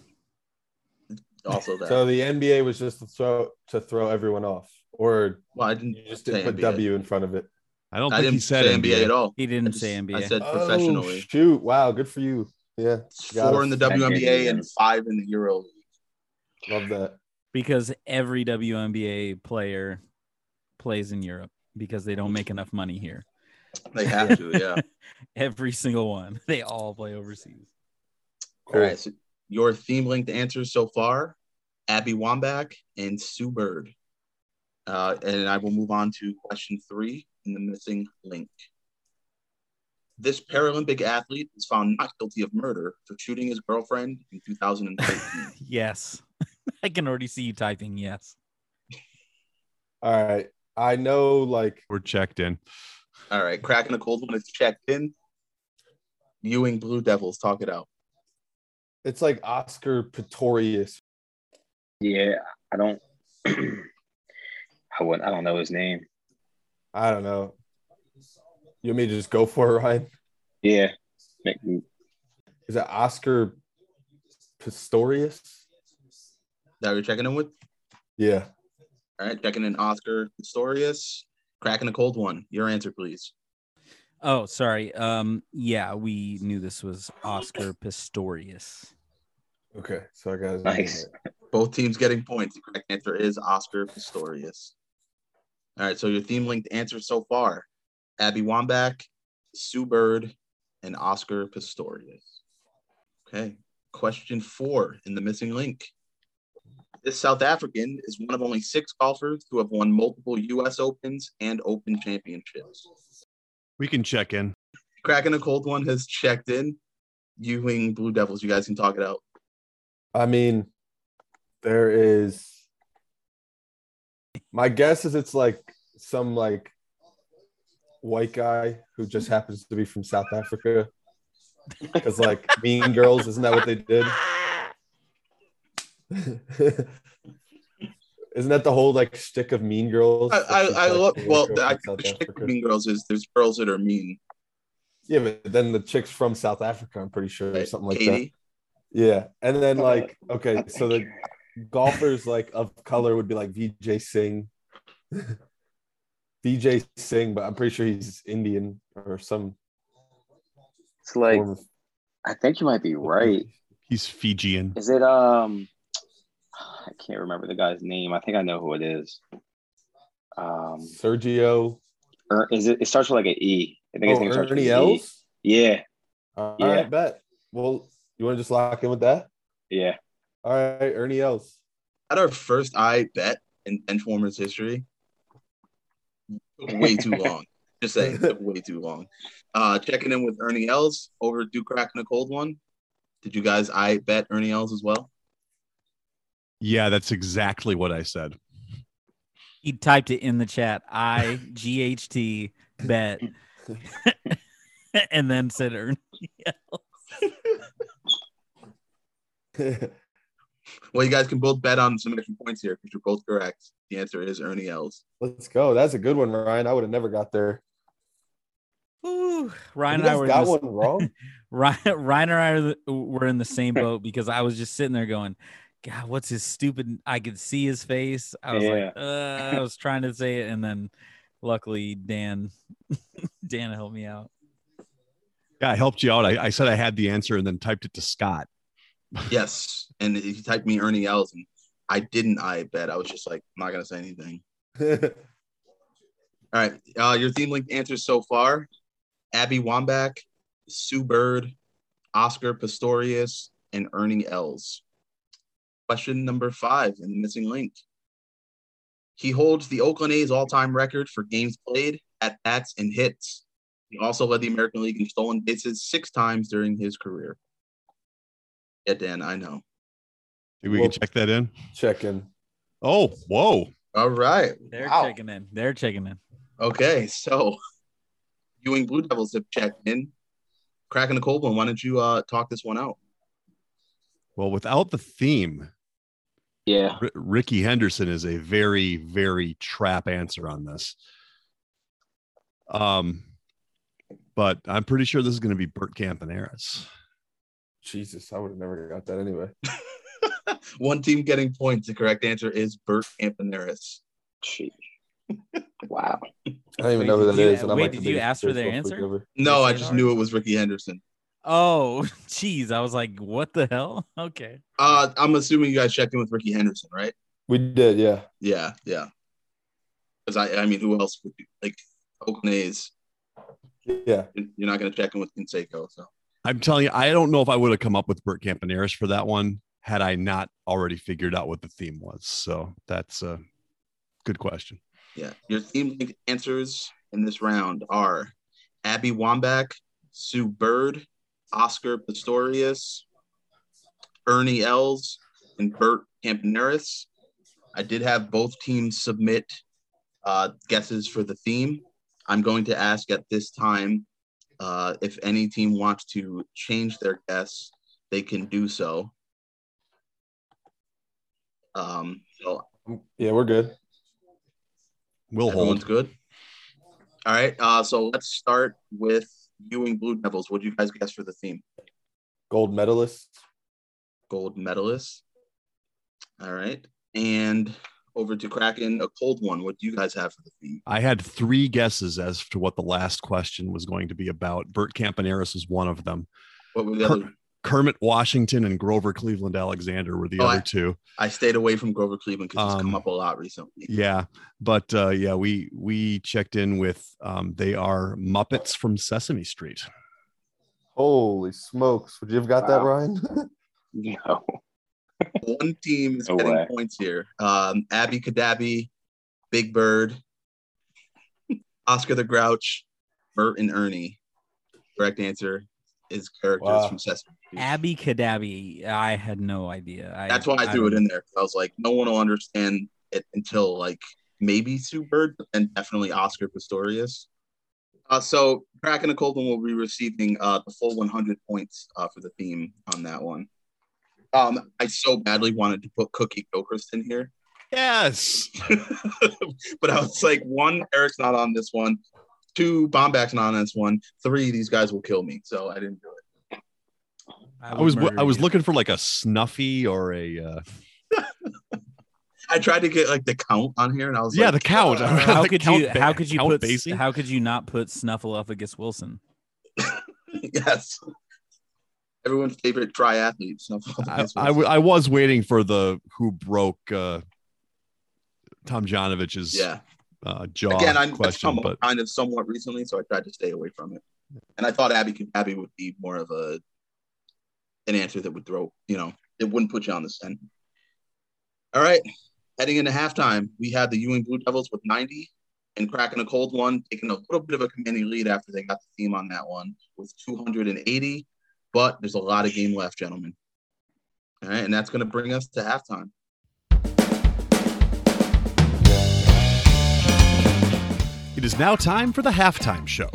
[SPEAKER 2] Also that.
[SPEAKER 3] So the NBA was just to throw to throw everyone off, or
[SPEAKER 2] well, I didn't.
[SPEAKER 3] you just didn't
[SPEAKER 2] say
[SPEAKER 3] put
[SPEAKER 2] NBA.
[SPEAKER 3] W in front of it.
[SPEAKER 5] I don't
[SPEAKER 2] I
[SPEAKER 5] think
[SPEAKER 2] didn't
[SPEAKER 5] he said
[SPEAKER 2] say NBA. at all.
[SPEAKER 6] He
[SPEAKER 2] I
[SPEAKER 6] didn't
[SPEAKER 2] just-
[SPEAKER 6] say NBA.
[SPEAKER 2] I said
[SPEAKER 3] Oh,
[SPEAKER 2] professionally.
[SPEAKER 3] shoot! Wow, good for you. Yeah, got
[SPEAKER 2] Four
[SPEAKER 3] it.
[SPEAKER 2] in the
[SPEAKER 4] Thank you.
[SPEAKER 2] WNBA and five in the Euro League.
[SPEAKER 3] love that.
[SPEAKER 6] because every WNBA player plays in Europe because they don't make enough money here.
[SPEAKER 2] They have to, yeah.
[SPEAKER 6] Every single one. They all play overseas.
[SPEAKER 2] All right. So your theme linked answers so far Abby Wambach and Sue Bird. Uh, and I will move on to question three in the missing link. This Paralympic athlete is found not guilty of murder for shooting his girlfriend in 2013.
[SPEAKER 6] yes. I can already see you typing yes.
[SPEAKER 3] All right, I know. Like
[SPEAKER 5] We're checked in.
[SPEAKER 2] All right, cracking a cold one is checked in. Ewing Blue Devils, talk it out.
[SPEAKER 3] it's like Oscar Pistorius.
[SPEAKER 4] Yeah, I don't. I would. I don't know his name.
[SPEAKER 3] I don't know. You want me to just go for it, Ryan?
[SPEAKER 4] Yeah, Make me-
[SPEAKER 3] Is it Oscar Pistorius?
[SPEAKER 2] That you're checking in with?
[SPEAKER 3] Yeah.
[SPEAKER 2] All right, checking in Oscar Pistorius. Cracking a cold one. Your answer, please.
[SPEAKER 6] Oh, sorry. Um, yeah, we knew this was Oscar Pistorius.
[SPEAKER 3] Okay, so I got his
[SPEAKER 4] Nice.
[SPEAKER 3] name
[SPEAKER 2] Both teams getting points. The correct answer is Oscar Pistorius. All right, so your theme linked answers so far Abby Wambach, Sue Bird, and Oscar Pistorius. Okay, question four in the missing link. This South African is one of only six golfers who have won multiple US Opens and Open Championships.
[SPEAKER 5] We can check in.
[SPEAKER 2] Cracking a cold one has checked in. Ewing Blue Devils, you guys can talk it out.
[SPEAKER 3] I mean, there is. My guess is it's like some like white guy who just happens to be from South Africa. Because like Mean Girls, isn't that what they did? isn't that the whole like shtick of Mean Girls?
[SPEAKER 2] I, I,
[SPEAKER 3] It's
[SPEAKER 2] I
[SPEAKER 3] like
[SPEAKER 2] love,
[SPEAKER 3] the white
[SPEAKER 2] well,
[SPEAKER 3] girl
[SPEAKER 2] I
[SPEAKER 3] from
[SPEAKER 2] think the
[SPEAKER 3] South
[SPEAKER 2] shtick
[SPEAKER 3] Africa.
[SPEAKER 2] of Mean Girls is there's girls that are mean.
[SPEAKER 3] yeah, but then the chicks from South Africa, I'm pretty sure, or
[SPEAKER 2] right?
[SPEAKER 3] something like that.
[SPEAKER 2] Katie,
[SPEAKER 3] Yeah, and then
[SPEAKER 4] Uh,
[SPEAKER 3] like okay, so the
[SPEAKER 4] you.
[SPEAKER 3] golfers like of color would be like VJ Singh, VJ Singh, but I'm pretty sure he's Indian or some
[SPEAKER 4] it's like
[SPEAKER 3] form of
[SPEAKER 4] I think you might be right.
[SPEAKER 5] He's Fijian.
[SPEAKER 4] Is it um? I can't remember the guy's name. I think I know who it is. Um,
[SPEAKER 3] Sergio.
[SPEAKER 4] Er- is it? It starts with like an E. I think his
[SPEAKER 3] Oh,
[SPEAKER 4] name starts with
[SPEAKER 3] Ernie
[SPEAKER 4] an E.
[SPEAKER 3] Els.
[SPEAKER 4] Yeah,
[SPEAKER 3] All right,
[SPEAKER 4] Yeah.
[SPEAKER 3] bet. Well, you want to just lock in with that?
[SPEAKER 4] yeah.
[SPEAKER 3] All right, Ernie Els.
[SPEAKER 2] at our first I bet in Benchwarmers history, took way too long. Just saying, took way too long. Uh, checking in with Ernie Els over Do Cracking a Cold One. Did you guys I bet Ernie Els as well?
[SPEAKER 5] Yeah, that's exactly what I said.
[SPEAKER 6] He typed it in the chat. I G H T bet. and then said Ernie.
[SPEAKER 2] Well, you guys can both bet on some extra points here because you're both correct. The answer is Ernie Els.
[SPEAKER 3] Let's go. That's a good one, Ryan. I would have never got there.
[SPEAKER 6] Ooh,
[SPEAKER 3] You
[SPEAKER 6] Ryan and I
[SPEAKER 3] guys
[SPEAKER 6] were in
[SPEAKER 3] got
[SPEAKER 6] the-
[SPEAKER 3] one wrong.
[SPEAKER 6] Ryan, Ryan and I are the- were in the same boat because I was just sitting there going, God, what's his stupid? I could see his face. I was like, uh, I was trying to say it, and then luckily Dan, Dan helped me out.
[SPEAKER 5] Yeah, I helped you out. I, I said I had the answer and then typed it to Scott.
[SPEAKER 2] Yes. And he typed me Ernie Els, and I didn't I bet. I was just like, I'm not going to say anything. All right. Uh, your theme linked answers so far Abby Wambach, Sue Bird, Oscar Pistorius, and Ernie Els. Question number five in the missing link. He holds the Oakland A's all time record for games played, at bats, and hits. He also led the American League in stolen bases six times during his career. Yeah, Dan, I know.
[SPEAKER 5] Think we
[SPEAKER 3] Well-
[SPEAKER 5] can check that in.
[SPEAKER 3] Check in.
[SPEAKER 5] Oh, whoa.
[SPEAKER 2] All right.
[SPEAKER 6] They're
[SPEAKER 2] Wow.
[SPEAKER 6] checking in. They're checking in.
[SPEAKER 2] Okay, so Ewing Blue Devils have checked in. Cracking the cold one. Why don't you uh, talk this one out?
[SPEAKER 5] Well, without the theme,
[SPEAKER 4] Yeah.
[SPEAKER 5] R- Ricky Henderson is a very, very trap answer on this. Um, but I'm pretty sure this is going to be Bert Campaneris.
[SPEAKER 3] Jesus, I would have never got that anyway.
[SPEAKER 2] One team getting points. The correct answer is Bert Campaneris.
[SPEAKER 4] Gee. wow.
[SPEAKER 3] I don't even
[SPEAKER 6] Wait,
[SPEAKER 3] know who
[SPEAKER 6] did
[SPEAKER 3] that
[SPEAKER 6] you-
[SPEAKER 3] is. and I'm
[SPEAKER 6] wait,
[SPEAKER 3] like the
[SPEAKER 6] did you
[SPEAKER 3] biggest
[SPEAKER 6] ask for their
[SPEAKER 3] baseball freak
[SPEAKER 6] answer?
[SPEAKER 3] ever.
[SPEAKER 2] No, I
[SPEAKER 6] Yes, they
[SPEAKER 2] just
[SPEAKER 6] are.
[SPEAKER 2] knew it was Ricky Henderson.
[SPEAKER 6] Oh, geez. I was like, what the hell? Okay.
[SPEAKER 2] Uh, I'm assuming you guys checked in with Ricky Henderson, right?
[SPEAKER 3] We did, yeah.
[SPEAKER 2] Yeah, yeah. Because I, I mean, who else would you like? Oakland A's.
[SPEAKER 3] Yeah.
[SPEAKER 2] You're not going to check in with Conseco, so
[SPEAKER 5] I'm telling you, I don't know if I would have come up with Bert Campaneris for that one had I not already figured out what the theme was. So that's a good question.
[SPEAKER 2] yeah. Your team linked answers in this round are Abby Wambach, Sue Bird, Oscar Pistorius, Ernie Els, and Bert Campaneris. I did have both teams submit uh, guesses for the theme. I'm going to ask at this time uh, if any team wants to change their guess, they can do so. Um, so
[SPEAKER 3] Yeah, we're good.
[SPEAKER 5] We'll
[SPEAKER 2] Everyone's
[SPEAKER 5] hold.
[SPEAKER 2] good. All right. Uh, so let's start with Ewing Blue Devils. What do you guys guess for the theme?
[SPEAKER 3] Gold medalist.
[SPEAKER 2] Gold medalists. All right. And over to Kraken, a cold one. What do you guys have for the theme?
[SPEAKER 5] I had three guesses as to what the last question was going to be about. Bert Campaneris was one of them.
[SPEAKER 2] What were the other?
[SPEAKER 5] Kermit Washington and Grover Cleveland Alexander were the
[SPEAKER 2] Oh,
[SPEAKER 5] other
[SPEAKER 2] I-
[SPEAKER 5] two.
[SPEAKER 2] I stayed away from Grover Cleveland because he's come
[SPEAKER 5] Um,
[SPEAKER 2] up a lot recently.
[SPEAKER 5] Yeah, but uh, yeah, we we checked in with um, they are Muppets from Sesame Street.
[SPEAKER 3] Holy smokes. Would you have got that,
[SPEAKER 4] Wow.
[SPEAKER 3] Ryan?
[SPEAKER 4] No.
[SPEAKER 2] One team is
[SPEAKER 4] No
[SPEAKER 2] getting
[SPEAKER 4] way.
[SPEAKER 2] points here. Um, Abby Kadabi, Big Bird, Oscar the Grouch, Bert and Ernie. Correct answer is characters
[SPEAKER 3] Wow.
[SPEAKER 2] from Sesame
[SPEAKER 5] Mm.
[SPEAKER 2] Street.
[SPEAKER 6] Abby Kadabi. I had no idea. I,
[SPEAKER 2] That's why I threw it
[SPEAKER 6] don't-
[SPEAKER 2] in there. 'cause I was like, no one will understand it until like maybe Sue Bird and definitely Oscar Pistorius. Uh, so Kraken and Colton will be receiving uh, the full 100 points uh, for the theme on that one. Um, I so badly wanted to put Cookie Gilchrist in here,
[SPEAKER 5] Yes,
[SPEAKER 2] but I was like, one, Eric's not on this one. Two, Bombback's not on this one. Three, these guys will kill me, so I didn't do it.
[SPEAKER 5] I,
[SPEAKER 6] would
[SPEAKER 5] was
[SPEAKER 6] murder
[SPEAKER 5] I was
[SPEAKER 6] you.
[SPEAKER 5] looking for like a snuffy or a uh,
[SPEAKER 2] I tried to get like the count on here, and I was
[SPEAKER 5] yeah
[SPEAKER 2] like,
[SPEAKER 5] the count.
[SPEAKER 6] How
[SPEAKER 5] uh, The
[SPEAKER 6] could
[SPEAKER 5] Count
[SPEAKER 6] you?
[SPEAKER 5] Ba-
[SPEAKER 6] How could you
[SPEAKER 5] Count
[SPEAKER 6] put?
[SPEAKER 5] Basie?
[SPEAKER 6] How could you not put Snuffleupagus Wilson?
[SPEAKER 2] yes. Everyone's favorite triathlete. Snuffleupagus
[SPEAKER 5] I,
[SPEAKER 2] was-
[SPEAKER 5] I, w- I was waiting for the who broke uh, Tom Johnovich's
[SPEAKER 2] yeah.
[SPEAKER 5] uh, jaw
[SPEAKER 2] Again, I'm that's
[SPEAKER 5] question,
[SPEAKER 2] come
[SPEAKER 5] but
[SPEAKER 2] up kind of somewhat recently, so I tried to stay away from it. And I thought Abby could, Abby would be more of a an answer that would throw, you know, it wouldn't put you on the stand. All right. Heading into halftime, we had the Ewing Blue Devils with 90 and cracking a cold one, taking a little bit of a commanding lead after they got the theme on that one with 280. But there's a lot of game left, gentlemen. All right, and that's going to bring us to halftime.
[SPEAKER 5] It is now time for the halftime show.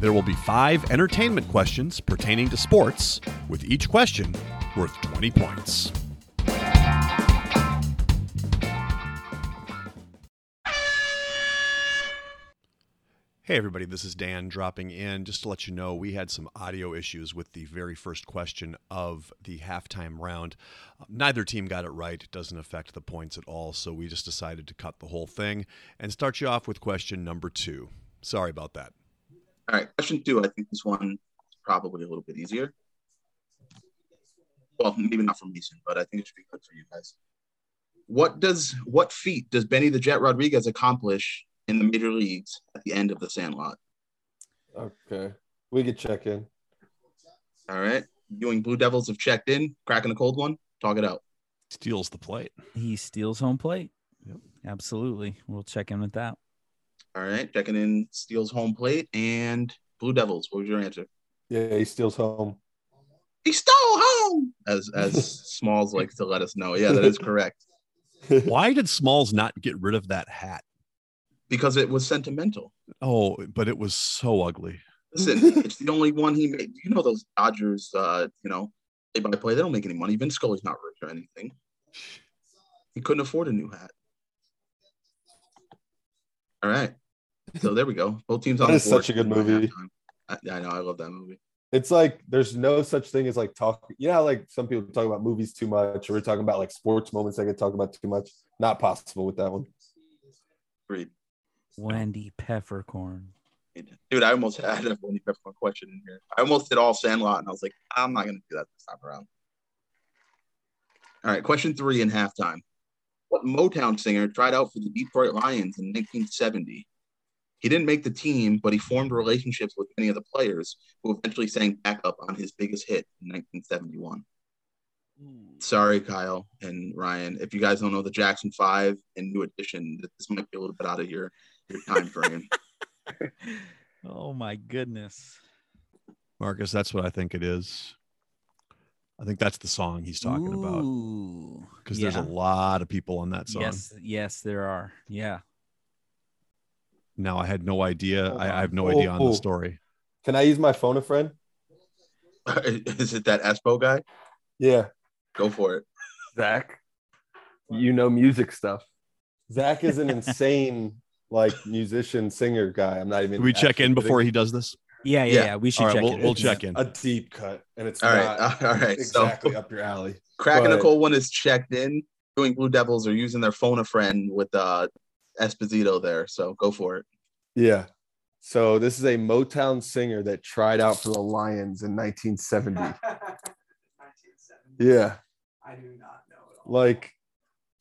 [SPEAKER 5] There will be five entertainment questions pertaining to sports, with each question worth 20 points. Hey, everybody, this is Dan dropping in. Just to let you know, we had some audio issues with the very first question of the halftime round. Neither team got it right. It doesn't affect the points at all, so we just decided to cut the whole thing and start you off with question number two. Sorry about that.
[SPEAKER 2] All right, question two. I think this one is probably a little bit easier. Well, maybe not for Mason, but I think it should be good for you guys. What does what feat does Benny the Jet Rodriguez accomplish in the major leagues at the end of the Sandlot?
[SPEAKER 3] okay. We could check in.
[SPEAKER 2] All right, Ewing Blue Devils have checked in, cracking a cold one. Talk it out.
[SPEAKER 5] Steals the plate.
[SPEAKER 6] He steals home plate. Absolutely. We'll check in with that.
[SPEAKER 2] All right, checking in, steals home plate, and Blue Devils. What was your answer?
[SPEAKER 3] Yeah, he steals home.
[SPEAKER 2] He stole home, as as Smalls likes to let us know. Yeah, that is correct
[SPEAKER 5] Why did Smalls not get rid of that hat?
[SPEAKER 2] because it was sentimental.
[SPEAKER 5] Oh, but it was so ugly.
[SPEAKER 2] Listen, it's the only one he made. You know those Dodgers, uh, you know, play by play. They don't make any money. Vince Scully's not rich or anything. He couldn't afford a new hat. All right, so there we go. Both teams on
[SPEAKER 3] That
[SPEAKER 2] the
[SPEAKER 3] is
[SPEAKER 2] board.
[SPEAKER 3] such a good movie.
[SPEAKER 2] I, I know. I love that movie.
[SPEAKER 3] It's like there's no such thing as like talk. You know, how, like some people talk about movies too much, or we're talking about like sports moments they get talked about too much. Not possible with that one.
[SPEAKER 2] Agreed.
[SPEAKER 6] Wendy Peppercorn.
[SPEAKER 2] Dude, I almost had a Bonnie Peppercorn question in here. I almost did all Sandlot, and I was like, I'm not going to do that this time around. All right, question three in halftime. What Motown singer tried out for the Detroit Lions in 1970? He didn't make the team, but he formed relationships with many of the players who eventually sang backup on his biggest hit in 1971. Sorry, Kyle and Ryan. If you guys don't know the Jackson Five and New Edition, this might be a little bit out of your, your time frame.
[SPEAKER 6] Oh my goodness.
[SPEAKER 5] Marcus, that's what I think it is. I think that's the song he's talking about
[SPEAKER 6] Ooh,
[SPEAKER 5] because there's a
[SPEAKER 6] yeah.
[SPEAKER 5] lot of people on that song.
[SPEAKER 6] Yes, yes, there are. Yeah.
[SPEAKER 5] Now I had no idea.
[SPEAKER 3] Hold
[SPEAKER 5] I, I
[SPEAKER 3] on.
[SPEAKER 5] have no idea on
[SPEAKER 3] Oh.
[SPEAKER 5] the story.
[SPEAKER 3] Can I use my phone a friend?
[SPEAKER 2] Is it that Espo guy?
[SPEAKER 3] Yeah,
[SPEAKER 2] Go for it.
[SPEAKER 3] Zach. You know music stuff. Zach is an insane like musician singer guy. I'm not even.
[SPEAKER 5] Did we check in before he does this?
[SPEAKER 6] Yeah, yeah,
[SPEAKER 2] Yeah.
[SPEAKER 6] yeah. We should
[SPEAKER 5] All right,
[SPEAKER 6] check
[SPEAKER 5] we'll-
[SPEAKER 6] it.
[SPEAKER 5] we'll check in.
[SPEAKER 3] A deep cut, and it's
[SPEAKER 2] All
[SPEAKER 3] not
[SPEAKER 2] right, all right.
[SPEAKER 3] exactly
[SPEAKER 2] So
[SPEAKER 3] up your alley.
[SPEAKER 2] cracking a
[SPEAKER 3] but-
[SPEAKER 2] cold one is checked in. Doing Blue Devils are using their phone a friend with uh Esposito there. So go for it.
[SPEAKER 3] Yeah. So this is a Motown singer that tried out for the Lions in 1970.
[SPEAKER 7] 1970.
[SPEAKER 3] yeah.
[SPEAKER 7] I do not know at all.
[SPEAKER 3] Like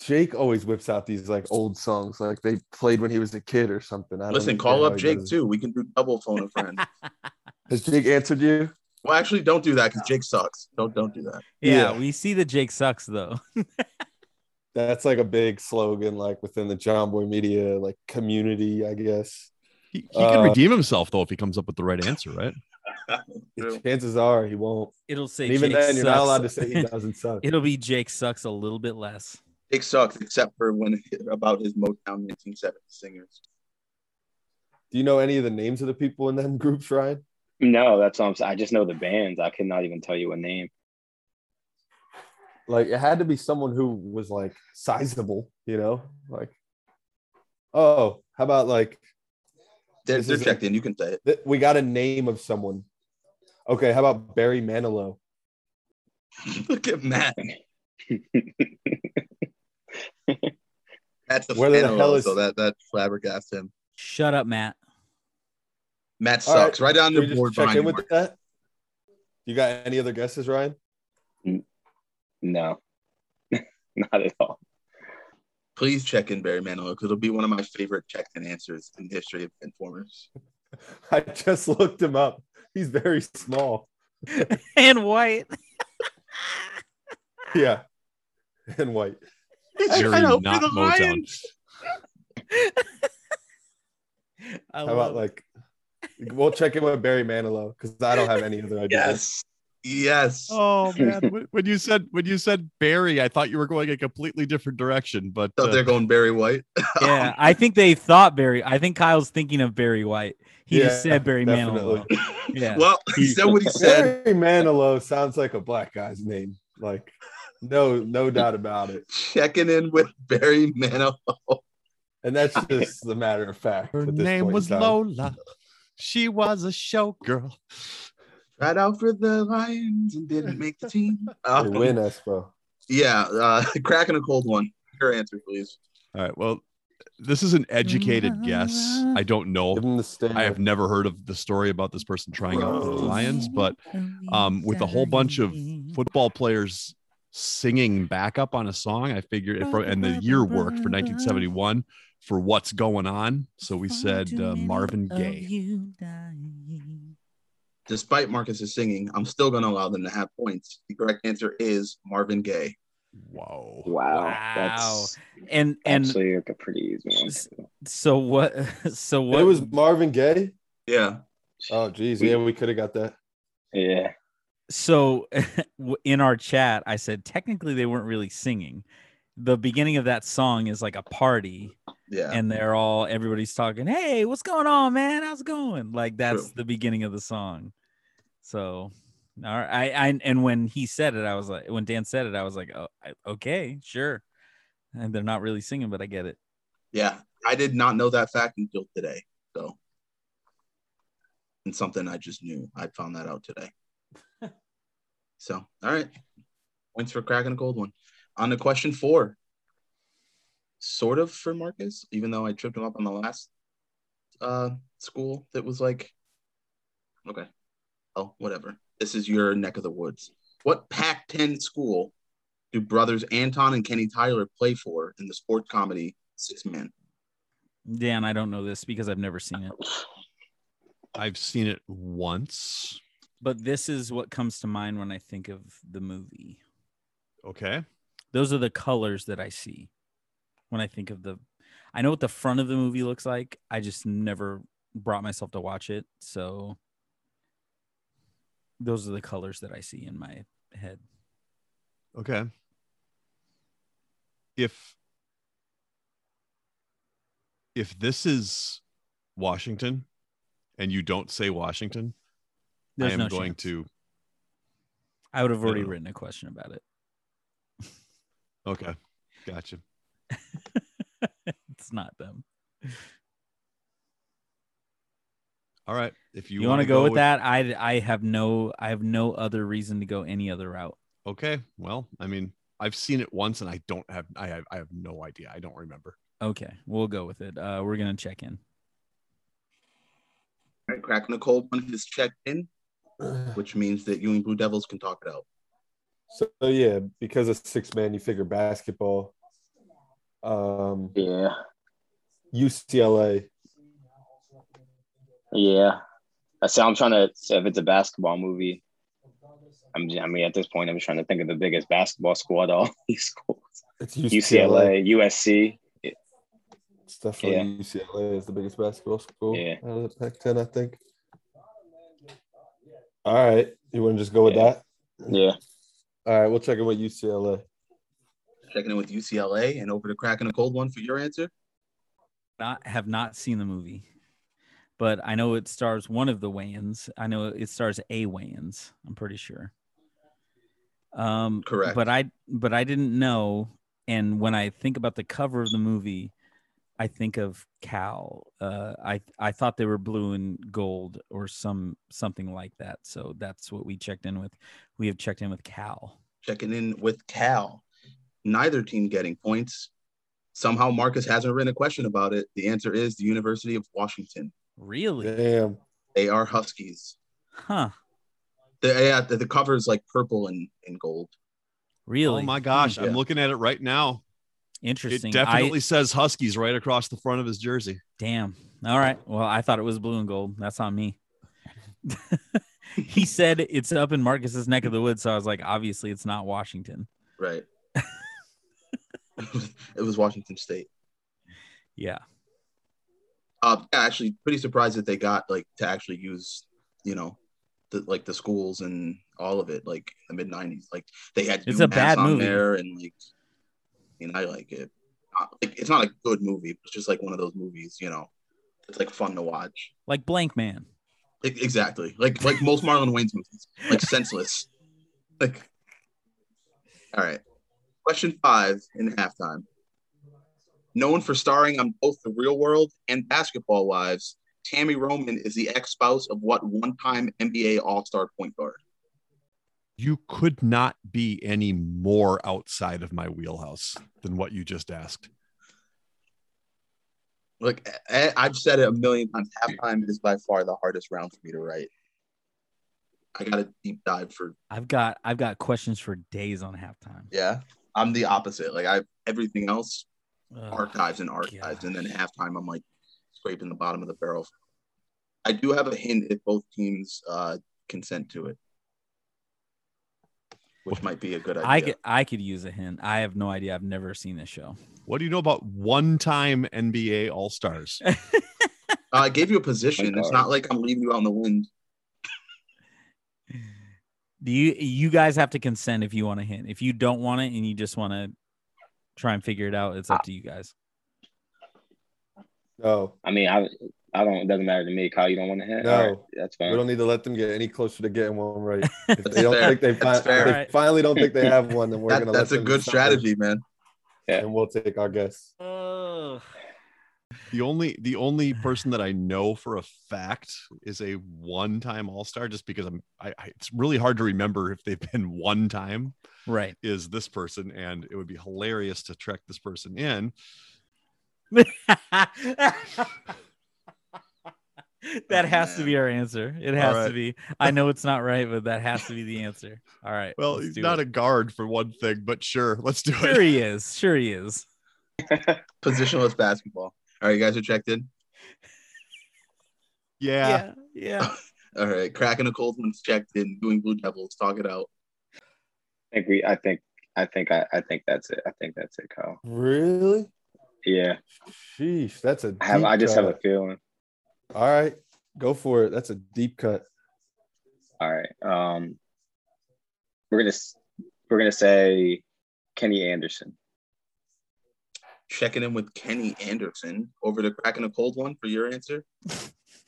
[SPEAKER 3] Jake always whips out these like old songs like they played when he was a kid or something. I don't
[SPEAKER 2] Listen,
[SPEAKER 3] know
[SPEAKER 2] call
[SPEAKER 3] how
[SPEAKER 2] up
[SPEAKER 3] he
[SPEAKER 2] Jake
[SPEAKER 3] does it.
[SPEAKER 2] too. We can do double phone a friend.
[SPEAKER 3] Has Jake answered you?
[SPEAKER 2] well, actually, don't do that because Jake sucks. Don't don't do that.
[SPEAKER 6] yeah,
[SPEAKER 3] Yeah.
[SPEAKER 6] we see that Jake sucks though.
[SPEAKER 3] That's like a big slogan like within the John Boy media like community, I guess.
[SPEAKER 5] He, he could
[SPEAKER 3] Uh,
[SPEAKER 5] redeem himself though if he comes up with the right answer, right?
[SPEAKER 2] True.
[SPEAKER 3] Chances are he won't.
[SPEAKER 6] It'll say
[SPEAKER 3] And even
[SPEAKER 6] Jake
[SPEAKER 3] then, you're not
[SPEAKER 6] sucks.
[SPEAKER 3] allowed to say he doesn't suck.
[SPEAKER 6] It'll be Jake sucks a little bit less.
[SPEAKER 2] Jake sucks except for when about his Motown 1970 singers.
[SPEAKER 3] Do you know any of the names of the people in them groups, Ryan?
[SPEAKER 4] No, that's what I'm saying. I just know the bands. I cannot even tell you a name.
[SPEAKER 3] like it had to be someone who was like sizable, you know, like oh, how about like
[SPEAKER 2] They're,
[SPEAKER 3] This
[SPEAKER 2] they're
[SPEAKER 3] is a-
[SPEAKER 2] checked in. You can say it.
[SPEAKER 3] th- we got a name of someone. Okay, how about Barry Manilow?
[SPEAKER 2] Look at Matt. That's the
[SPEAKER 3] Where the
[SPEAKER 2] fan
[SPEAKER 3] hell
[SPEAKER 2] of-
[SPEAKER 3] is-
[SPEAKER 2] so that that flabbergasts him.
[SPEAKER 6] Shut up, Matt.
[SPEAKER 2] Matt
[SPEAKER 3] All right,
[SPEAKER 2] sucks right, on
[SPEAKER 3] Should
[SPEAKER 2] the
[SPEAKER 3] we
[SPEAKER 2] board.
[SPEAKER 3] just check
[SPEAKER 2] behind
[SPEAKER 3] in
[SPEAKER 2] you,
[SPEAKER 3] with that? You got any other guesses, Ryan?
[SPEAKER 4] no, not at all.
[SPEAKER 2] please check in Barry Manilow because it'll be one of my favorite check in answers in the history of informers.
[SPEAKER 3] I just looked him up. He's very small.
[SPEAKER 6] And White.
[SPEAKER 3] Yeah. And white.
[SPEAKER 5] Very not Motown.
[SPEAKER 6] I
[SPEAKER 3] How about like we'll check in with Barry Manilow because I don't have any other ideas.
[SPEAKER 2] Yes. Yes.
[SPEAKER 5] Oh man, When- when you said when you said Barry, I thought you were going a completely different direction, but
[SPEAKER 2] So
[SPEAKER 5] uh,
[SPEAKER 2] they're going Barry White.
[SPEAKER 6] yeah, I think they thought Barry. I think Kyle's thinking of Barry White. He just
[SPEAKER 3] Yeah,
[SPEAKER 6] said Barry
[SPEAKER 3] definitely.
[SPEAKER 6] Manilow. Yeah.
[SPEAKER 2] Well, he said what he said.
[SPEAKER 3] Barry Manilow sounds like a black guy's name. Like, no, no doubt about it.
[SPEAKER 2] Checking in with Barry Manilow.
[SPEAKER 3] And that's just the matter of fact.
[SPEAKER 5] her
[SPEAKER 3] at this
[SPEAKER 5] name
[SPEAKER 3] point in
[SPEAKER 5] was
[SPEAKER 3] time.
[SPEAKER 5] Lola. She was a showgirl.
[SPEAKER 2] Tried out for the Lions and didn't make the team.
[SPEAKER 3] They
[SPEAKER 2] Um,
[SPEAKER 3] win Espo.
[SPEAKER 2] yeah. Uh, cracking a cold one. Your answer, please.
[SPEAKER 5] All right. Well, this is an educated guess. I don't know.
[SPEAKER 3] Give him the stand.
[SPEAKER 5] I have never heard of the story about this person trying out for the Lions, but um, with a whole bunch of football players singing backup on a song, I figured it, and the year worked for 1971 for what's going on. So we said uh, Marvin Gaye.
[SPEAKER 2] Despite Marcus's singing, I'm still going to allow them to have points. The correct answer is Marvin Gaye.
[SPEAKER 5] Whoa.
[SPEAKER 4] Wow,
[SPEAKER 6] Wow.
[SPEAKER 4] that's
[SPEAKER 6] And and
[SPEAKER 4] actually like a pretty easy one.
[SPEAKER 6] S- so what? So what
[SPEAKER 3] It was Marvin Gaye.
[SPEAKER 2] Yeah.
[SPEAKER 3] Oh, geez. Yeah, we could have got that.
[SPEAKER 4] Yeah.
[SPEAKER 6] so w- in our chat i said technically they weren't really singing the beginning of that song is like a party
[SPEAKER 2] Yeah.
[SPEAKER 6] and they're all everybody's talking hey what's going on man how's it going like that's
[SPEAKER 2] True.
[SPEAKER 6] the beginning of the song so all right I, I and when he said it i was like when dan said it i was like oh, I- okay sure and they're not really singing but i get it
[SPEAKER 2] yeah. I did not know that fact until today. So, and something I just knew. I found that out today. so, all right. Points for cracking a cold one. On to question four. Sort of for Marcus, even though I tripped him up on the last uh, school that was like, okay. Oh, whatever. This is your neck of the woods. What Pac 10 school do brothers Anton and Kenny Tyler play for in the sports comedy Six Man?
[SPEAKER 6] dan i don't know this because i've never seen it
[SPEAKER 5] I've seen it once.
[SPEAKER 6] but this is what comes to mind when i think of the movie
[SPEAKER 5] Okay.
[SPEAKER 6] those are the colors that I see when I think of the. I know what the front of the movie looks like. I just never brought myself to watch it, so those are the colors that I see in my head.
[SPEAKER 5] Okay. If if this is Washington and you don't say Washington,
[SPEAKER 6] There's
[SPEAKER 5] I am
[SPEAKER 6] no
[SPEAKER 5] going
[SPEAKER 6] chance.
[SPEAKER 5] to
[SPEAKER 6] I would have already
[SPEAKER 5] No.
[SPEAKER 6] written a question about it.
[SPEAKER 5] Okay. Gotcha.
[SPEAKER 6] It's not them.
[SPEAKER 5] All right. If
[SPEAKER 6] You,
[SPEAKER 5] you,
[SPEAKER 6] want
[SPEAKER 5] wanna
[SPEAKER 6] to go, with that? I I have no I have no other reason to go any other route.
[SPEAKER 5] Okay. Well, I mean, I've seen it once and I don't have I have I have no idea. I don't remember.
[SPEAKER 6] Okay, we'll go with it. Uh, we're gonna check in.
[SPEAKER 2] All right, Crack Nicole one has checked in, which means that Ewing Blue Devils can talk it out.
[SPEAKER 3] So yeah, because of six man, you figure basketball. Um,
[SPEAKER 4] Yeah.
[SPEAKER 3] UCLA.
[SPEAKER 4] Yeah. So I'm trying to, so if it's a basketball movie, I'm, j- I mean, at this point, I'm just trying to think of the biggest basketball school at all these schools.
[SPEAKER 3] It's
[SPEAKER 4] UCLA, USC.
[SPEAKER 3] It's definitely
[SPEAKER 4] Yeah.
[SPEAKER 3] UCLA is the biggest basketball school
[SPEAKER 4] Yeah.
[SPEAKER 3] out of the Pac-10, I think. All right, you want to just go with
[SPEAKER 4] Yeah.
[SPEAKER 3] that?
[SPEAKER 4] Yeah.
[SPEAKER 3] All right, we'll check in with UCLA.
[SPEAKER 2] Checking in with UCLA and over to Crack Nicole one for your answer.
[SPEAKER 6] not have not seen the movie, but I know it stars one of the Wayans. I know it stars a Wayans. I'm pretty sure. Um,
[SPEAKER 2] Correct.
[SPEAKER 6] But I but I didn't know. And when I think about the cover of the movie, I think of Cal. Uh, I I thought they were blue and gold or some something like that. So that's what we checked in with. We have checked in with Cal.
[SPEAKER 2] Checking in with Cal. Neither team getting points. Somehow Marcus hasn't written a question about it. The answer is the University of Washington.
[SPEAKER 6] Really?
[SPEAKER 3] Damn.
[SPEAKER 2] They are Huskies.
[SPEAKER 6] Huh?
[SPEAKER 2] The, yeah, the, the cover is like purple and, and gold.
[SPEAKER 6] Really?
[SPEAKER 5] Oh my gosh,
[SPEAKER 2] Yeah.
[SPEAKER 5] I'm looking at it right now.
[SPEAKER 6] Interesting.
[SPEAKER 5] It
[SPEAKER 6] I-
[SPEAKER 5] definitely says Huskies right across the front of his jersey.
[SPEAKER 6] Damn. All right. Well, I thought it was blue and gold. That's on me. he said it's up in Marcus's neck of the woods, so I was like, obviously, it's not Washington.
[SPEAKER 2] Right. it was Washington State.
[SPEAKER 6] Yeah.
[SPEAKER 2] uh, actually pretty surprised that they got like to actually use you know the like the schools and all of it like the mid 90s like they had
[SPEAKER 6] It's a
[SPEAKER 2] UMass
[SPEAKER 6] bad
[SPEAKER 2] on
[SPEAKER 6] movie.
[SPEAKER 2] there and like I mean I like it Uh, like, it's not a good movie but it's just like one of those movies you know it's like fun to watch
[SPEAKER 6] Like Blank Man.
[SPEAKER 2] E- exactly like like most Marlon Wayne's movies like senseless like all right question five in halftime known for starring on both The Real World and Basketball Wives, Tammy Roman is the ex-spouse of what one-time NBA All-Star point guard?
[SPEAKER 5] You could not be any more outside of my wheelhouse than what you just asked.
[SPEAKER 2] Look, I- I've said it a million times. Halftime is by far the hardest round for me to write. I got a deep dive for
[SPEAKER 6] I've got I've got questions for days on halftime.
[SPEAKER 2] yeah. I'm the opposite. Like I everything else
[SPEAKER 6] Ugh.
[SPEAKER 2] archives and archives, and then halftime I'm like scraping the bottom of the barrel. I do have a hint if both teams uh, consent to it, which might be a good idea.
[SPEAKER 6] I could I could use a hint. I have no idea. I've never seen this show.
[SPEAKER 5] What do you know about one time NBA All Stars?
[SPEAKER 2] Uh, I gave you a position.
[SPEAKER 4] My
[SPEAKER 2] It's
[SPEAKER 4] God.
[SPEAKER 2] not like I'm leaving you out in the wind.
[SPEAKER 6] Do you you guys have to consent if you want a hint? If you don't want it and you just want to try and figure it out, it's up to you guys.
[SPEAKER 3] No,
[SPEAKER 4] I mean, I I don't. It doesn't matter to me. Kyle, you don't want to hit.
[SPEAKER 3] No.
[SPEAKER 4] All right, that's
[SPEAKER 3] we
[SPEAKER 4] fine.
[SPEAKER 3] don't need to let them get any closer to getting one right. If they don't
[SPEAKER 2] fair.
[SPEAKER 3] think they,
[SPEAKER 2] That's
[SPEAKER 3] fi-
[SPEAKER 2] fair.
[SPEAKER 3] they finally don't think they have one, then we're
[SPEAKER 2] That,
[SPEAKER 3] gonna.
[SPEAKER 2] that's
[SPEAKER 3] let
[SPEAKER 2] a
[SPEAKER 3] them
[SPEAKER 2] good
[SPEAKER 3] decide,
[SPEAKER 2] strategy, man.
[SPEAKER 3] and we'll take our guess.
[SPEAKER 6] Oh,
[SPEAKER 5] The only the only person that I know for a fact is a one time All Star, just because I'm. I, I, it's really hard to remember if they've been one time.
[SPEAKER 6] right.
[SPEAKER 5] Is this person, and it would be hilarious to track this person in.
[SPEAKER 6] that has to be our answer. It has
[SPEAKER 5] right.
[SPEAKER 6] to be. I know it's not right, but that has to be the answer. All right.
[SPEAKER 5] Well,
[SPEAKER 6] let's
[SPEAKER 5] he's
[SPEAKER 6] do
[SPEAKER 5] not
[SPEAKER 6] it.
[SPEAKER 5] a guard for one thing, but sure, let's do
[SPEAKER 6] Sure
[SPEAKER 5] it.
[SPEAKER 6] he is. Sure he is.
[SPEAKER 2] Positionless basketball. All right, you guys are checked in.
[SPEAKER 5] Yeah.
[SPEAKER 6] Yeah.
[SPEAKER 2] All right, cracking a cold one's checked in. Doing Blue Devils, talk it out.
[SPEAKER 4] I think we. I think. I think. I, I think that's it. I think that's it, Kyle.
[SPEAKER 3] Really?
[SPEAKER 4] Yeah.
[SPEAKER 3] Sheesh, that's a.
[SPEAKER 4] I have.
[SPEAKER 3] deep
[SPEAKER 4] I just have a
[SPEAKER 3] cut.
[SPEAKER 4] feeling.
[SPEAKER 3] All right, go for it. That's a deep cut.
[SPEAKER 4] All right. Um, we're gonna s- we're gonna say Kenny Anderson.
[SPEAKER 2] Checking in with Kenny Anderson over to cracking a cold one for your answer.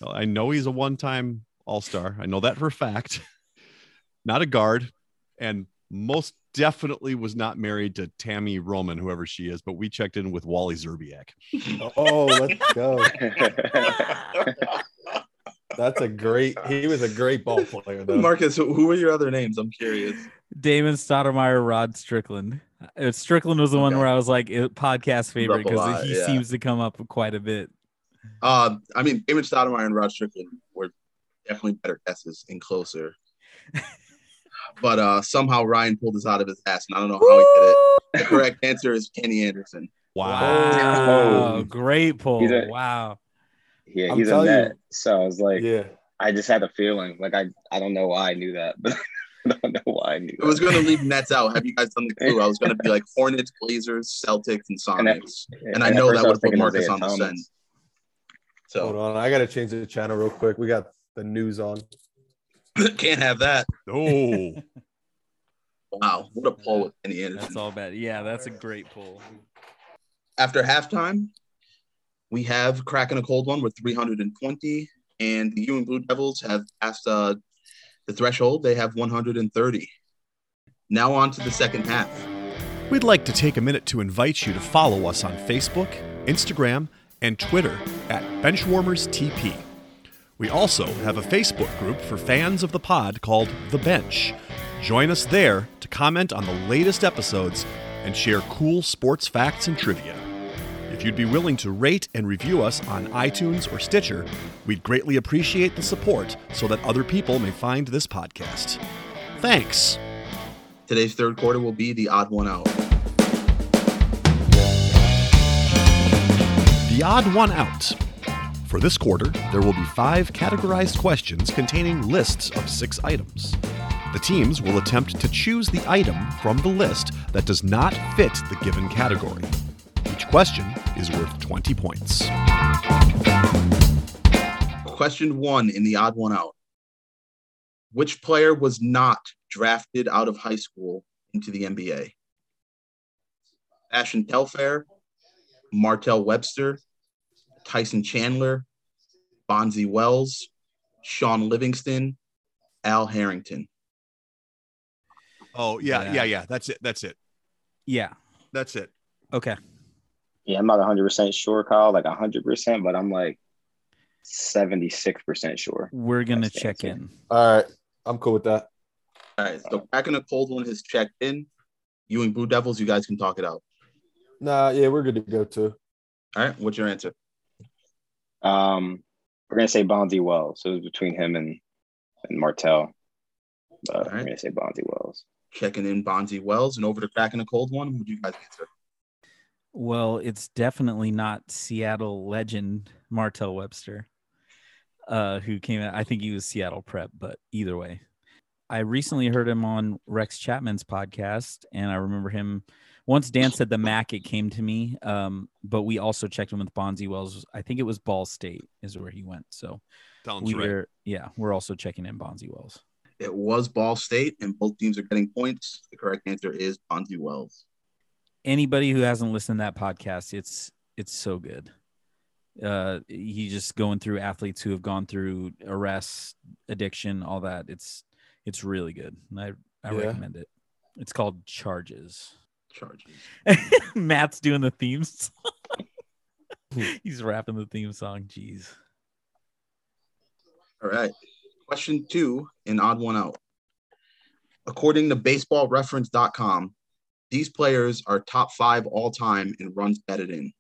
[SPEAKER 5] Well, I know he's a one time All Star. I know that for a fact. Not a guard, and most definitely was not married to Tammy Roman, whoever she is. But we checked in with Wally Zerbiak.
[SPEAKER 3] Oh, let's go.
[SPEAKER 4] I
[SPEAKER 3] That's a great. He was a great ball player, though.
[SPEAKER 2] Marcus, who, who are your other names? I'm curious.
[SPEAKER 6] Damon Stoudemire, Rod Strickland. Uh, Strickland was the one
[SPEAKER 2] Okay.
[SPEAKER 6] where I was like it, podcast favorite
[SPEAKER 2] a
[SPEAKER 6] because
[SPEAKER 2] lot,
[SPEAKER 6] he
[SPEAKER 2] yeah.
[SPEAKER 6] seems to come up quite a bit.
[SPEAKER 2] Uh, I mean, Image Stoudemire and Rod Strickland were definitely better guesses and closer. but uh, somehow Ryan pulled this out of his ass, and I don't know how he did it. The correct answer is Kenny Anderson.
[SPEAKER 6] Wow.
[SPEAKER 4] Oh.
[SPEAKER 6] Great pull.
[SPEAKER 4] He's a-
[SPEAKER 6] wow.
[SPEAKER 4] yeah,
[SPEAKER 3] I'm
[SPEAKER 4] he's a
[SPEAKER 3] telling
[SPEAKER 4] net.
[SPEAKER 3] you.
[SPEAKER 4] So I was like,
[SPEAKER 3] Yeah.
[SPEAKER 4] I just had a feeling. Like I, I don't know why I knew that, but I don't know why I knew.
[SPEAKER 2] I was
[SPEAKER 4] that.
[SPEAKER 2] going to leave Nets out. Have you guys done the clue? I was going to be like Hornets, Blazers, Celtics, and
[SPEAKER 4] And that-
[SPEAKER 2] Sonics. and I know
[SPEAKER 4] at first
[SPEAKER 2] that
[SPEAKER 4] I
[SPEAKER 2] would
[SPEAKER 4] was
[SPEAKER 2] put
[SPEAKER 4] thinking
[SPEAKER 2] Marcus
[SPEAKER 4] Isaiah
[SPEAKER 2] on the
[SPEAKER 4] Thomas.
[SPEAKER 2] send.
[SPEAKER 3] Hold
[SPEAKER 2] So
[SPEAKER 3] on, I gotta change the channel real quick. We got the news on.
[SPEAKER 2] can't have that.
[SPEAKER 5] Oh,
[SPEAKER 2] Wow, what a pull with Kenny Anderson.
[SPEAKER 6] That's all bad. Yeah, that's a great pull.
[SPEAKER 2] After halftime, we have cracking a cold one with 320, and the Ewing Blue Devils have passed uh, the threshold. They have 130. Now on to the second half.
[SPEAKER 5] We'd like to take a minute to invite you to follow us on Facebook, Instagram, and Twitter at Benchwarmers TP. We also have a Facebook group for fans of the pod called The Bench. Join us there to comment on the latest episodes and share cool sports facts and trivia. If you'd be willing to rate and review us on iTunes or Stitcher, we'd greatly appreciate the support so that other people may find this podcast. Thanks!
[SPEAKER 2] Today's third quarter will be the odd one out.
[SPEAKER 5] The Odd One Out. For this quarter, there will be five categorized questions containing lists of six items. The teams will attempt to choose the item from the list that does not fit the given category. Each question is worth 20 points.
[SPEAKER 2] Question one in the odd one out. Which player was not drafted out of high school into the NBA? Ashton Telfair, Martell Webster, Tyson Chandler, Bonzi Wells, Sean Livingston, Al Harrington.
[SPEAKER 5] Oh,
[SPEAKER 6] yeah, yeah,
[SPEAKER 5] yeah. That's it. That's it.
[SPEAKER 6] Yeah.
[SPEAKER 5] That's it.
[SPEAKER 6] Okay.
[SPEAKER 4] Yeah, I'm not 100 percent sure, Kyle. Like 100 percent, but I'm like 76 percent sure.
[SPEAKER 6] We're going to
[SPEAKER 4] That's the
[SPEAKER 6] check
[SPEAKER 4] answer.
[SPEAKER 6] in.
[SPEAKER 3] All right, I'm cool with that.
[SPEAKER 2] All right, so back in a cold one has checked in. Ewing Blue Devils, you guys can talk it out.
[SPEAKER 3] Nah, yeah, we're good to go too.
[SPEAKER 2] All right, what's your answer?
[SPEAKER 4] Um, we're gonna say Bonzi Wells. So it was between him and and Martell. But
[SPEAKER 2] All
[SPEAKER 4] we're
[SPEAKER 2] right.
[SPEAKER 4] gonna say Bonzi Wells.
[SPEAKER 2] Checking in Bonzi Wells and over to cracking a cold one. Would you guys answer?
[SPEAKER 6] Well, it's definitely not Seattle legend Martell Webster, uh, who came out. I think he was Seattle prep, but either way, I recently heard him on Rex Chapman's podcast, and I remember him. Once Dan said the Mac, it came to me. Um, but we also checked him with Bonzi Wells. I think it was Ball State is where he went. So
[SPEAKER 5] Sounds right.
[SPEAKER 6] we're yeah, we're also checking in Bonzi Wells.
[SPEAKER 2] It was Ball State, and both teams are getting points. The correct answer is Bonzi Wells.
[SPEAKER 6] Anybody who hasn't listened to that podcast, it's it's so good. Uh, he's just going through athletes who have gone through arrests, addiction, all that. It's it's really good. and I I
[SPEAKER 3] Yeah.
[SPEAKER 6] recommend it. It's called Charges.
[SPEAKER 2] Charges.
[SPEAKER 6] Matt's doing the themes. He's rapping the theme song. Jeez.
[SPEAKER 2] All right. Question two, an odd one out. According to baseballreference.com, these players are top five all time in runs batted in.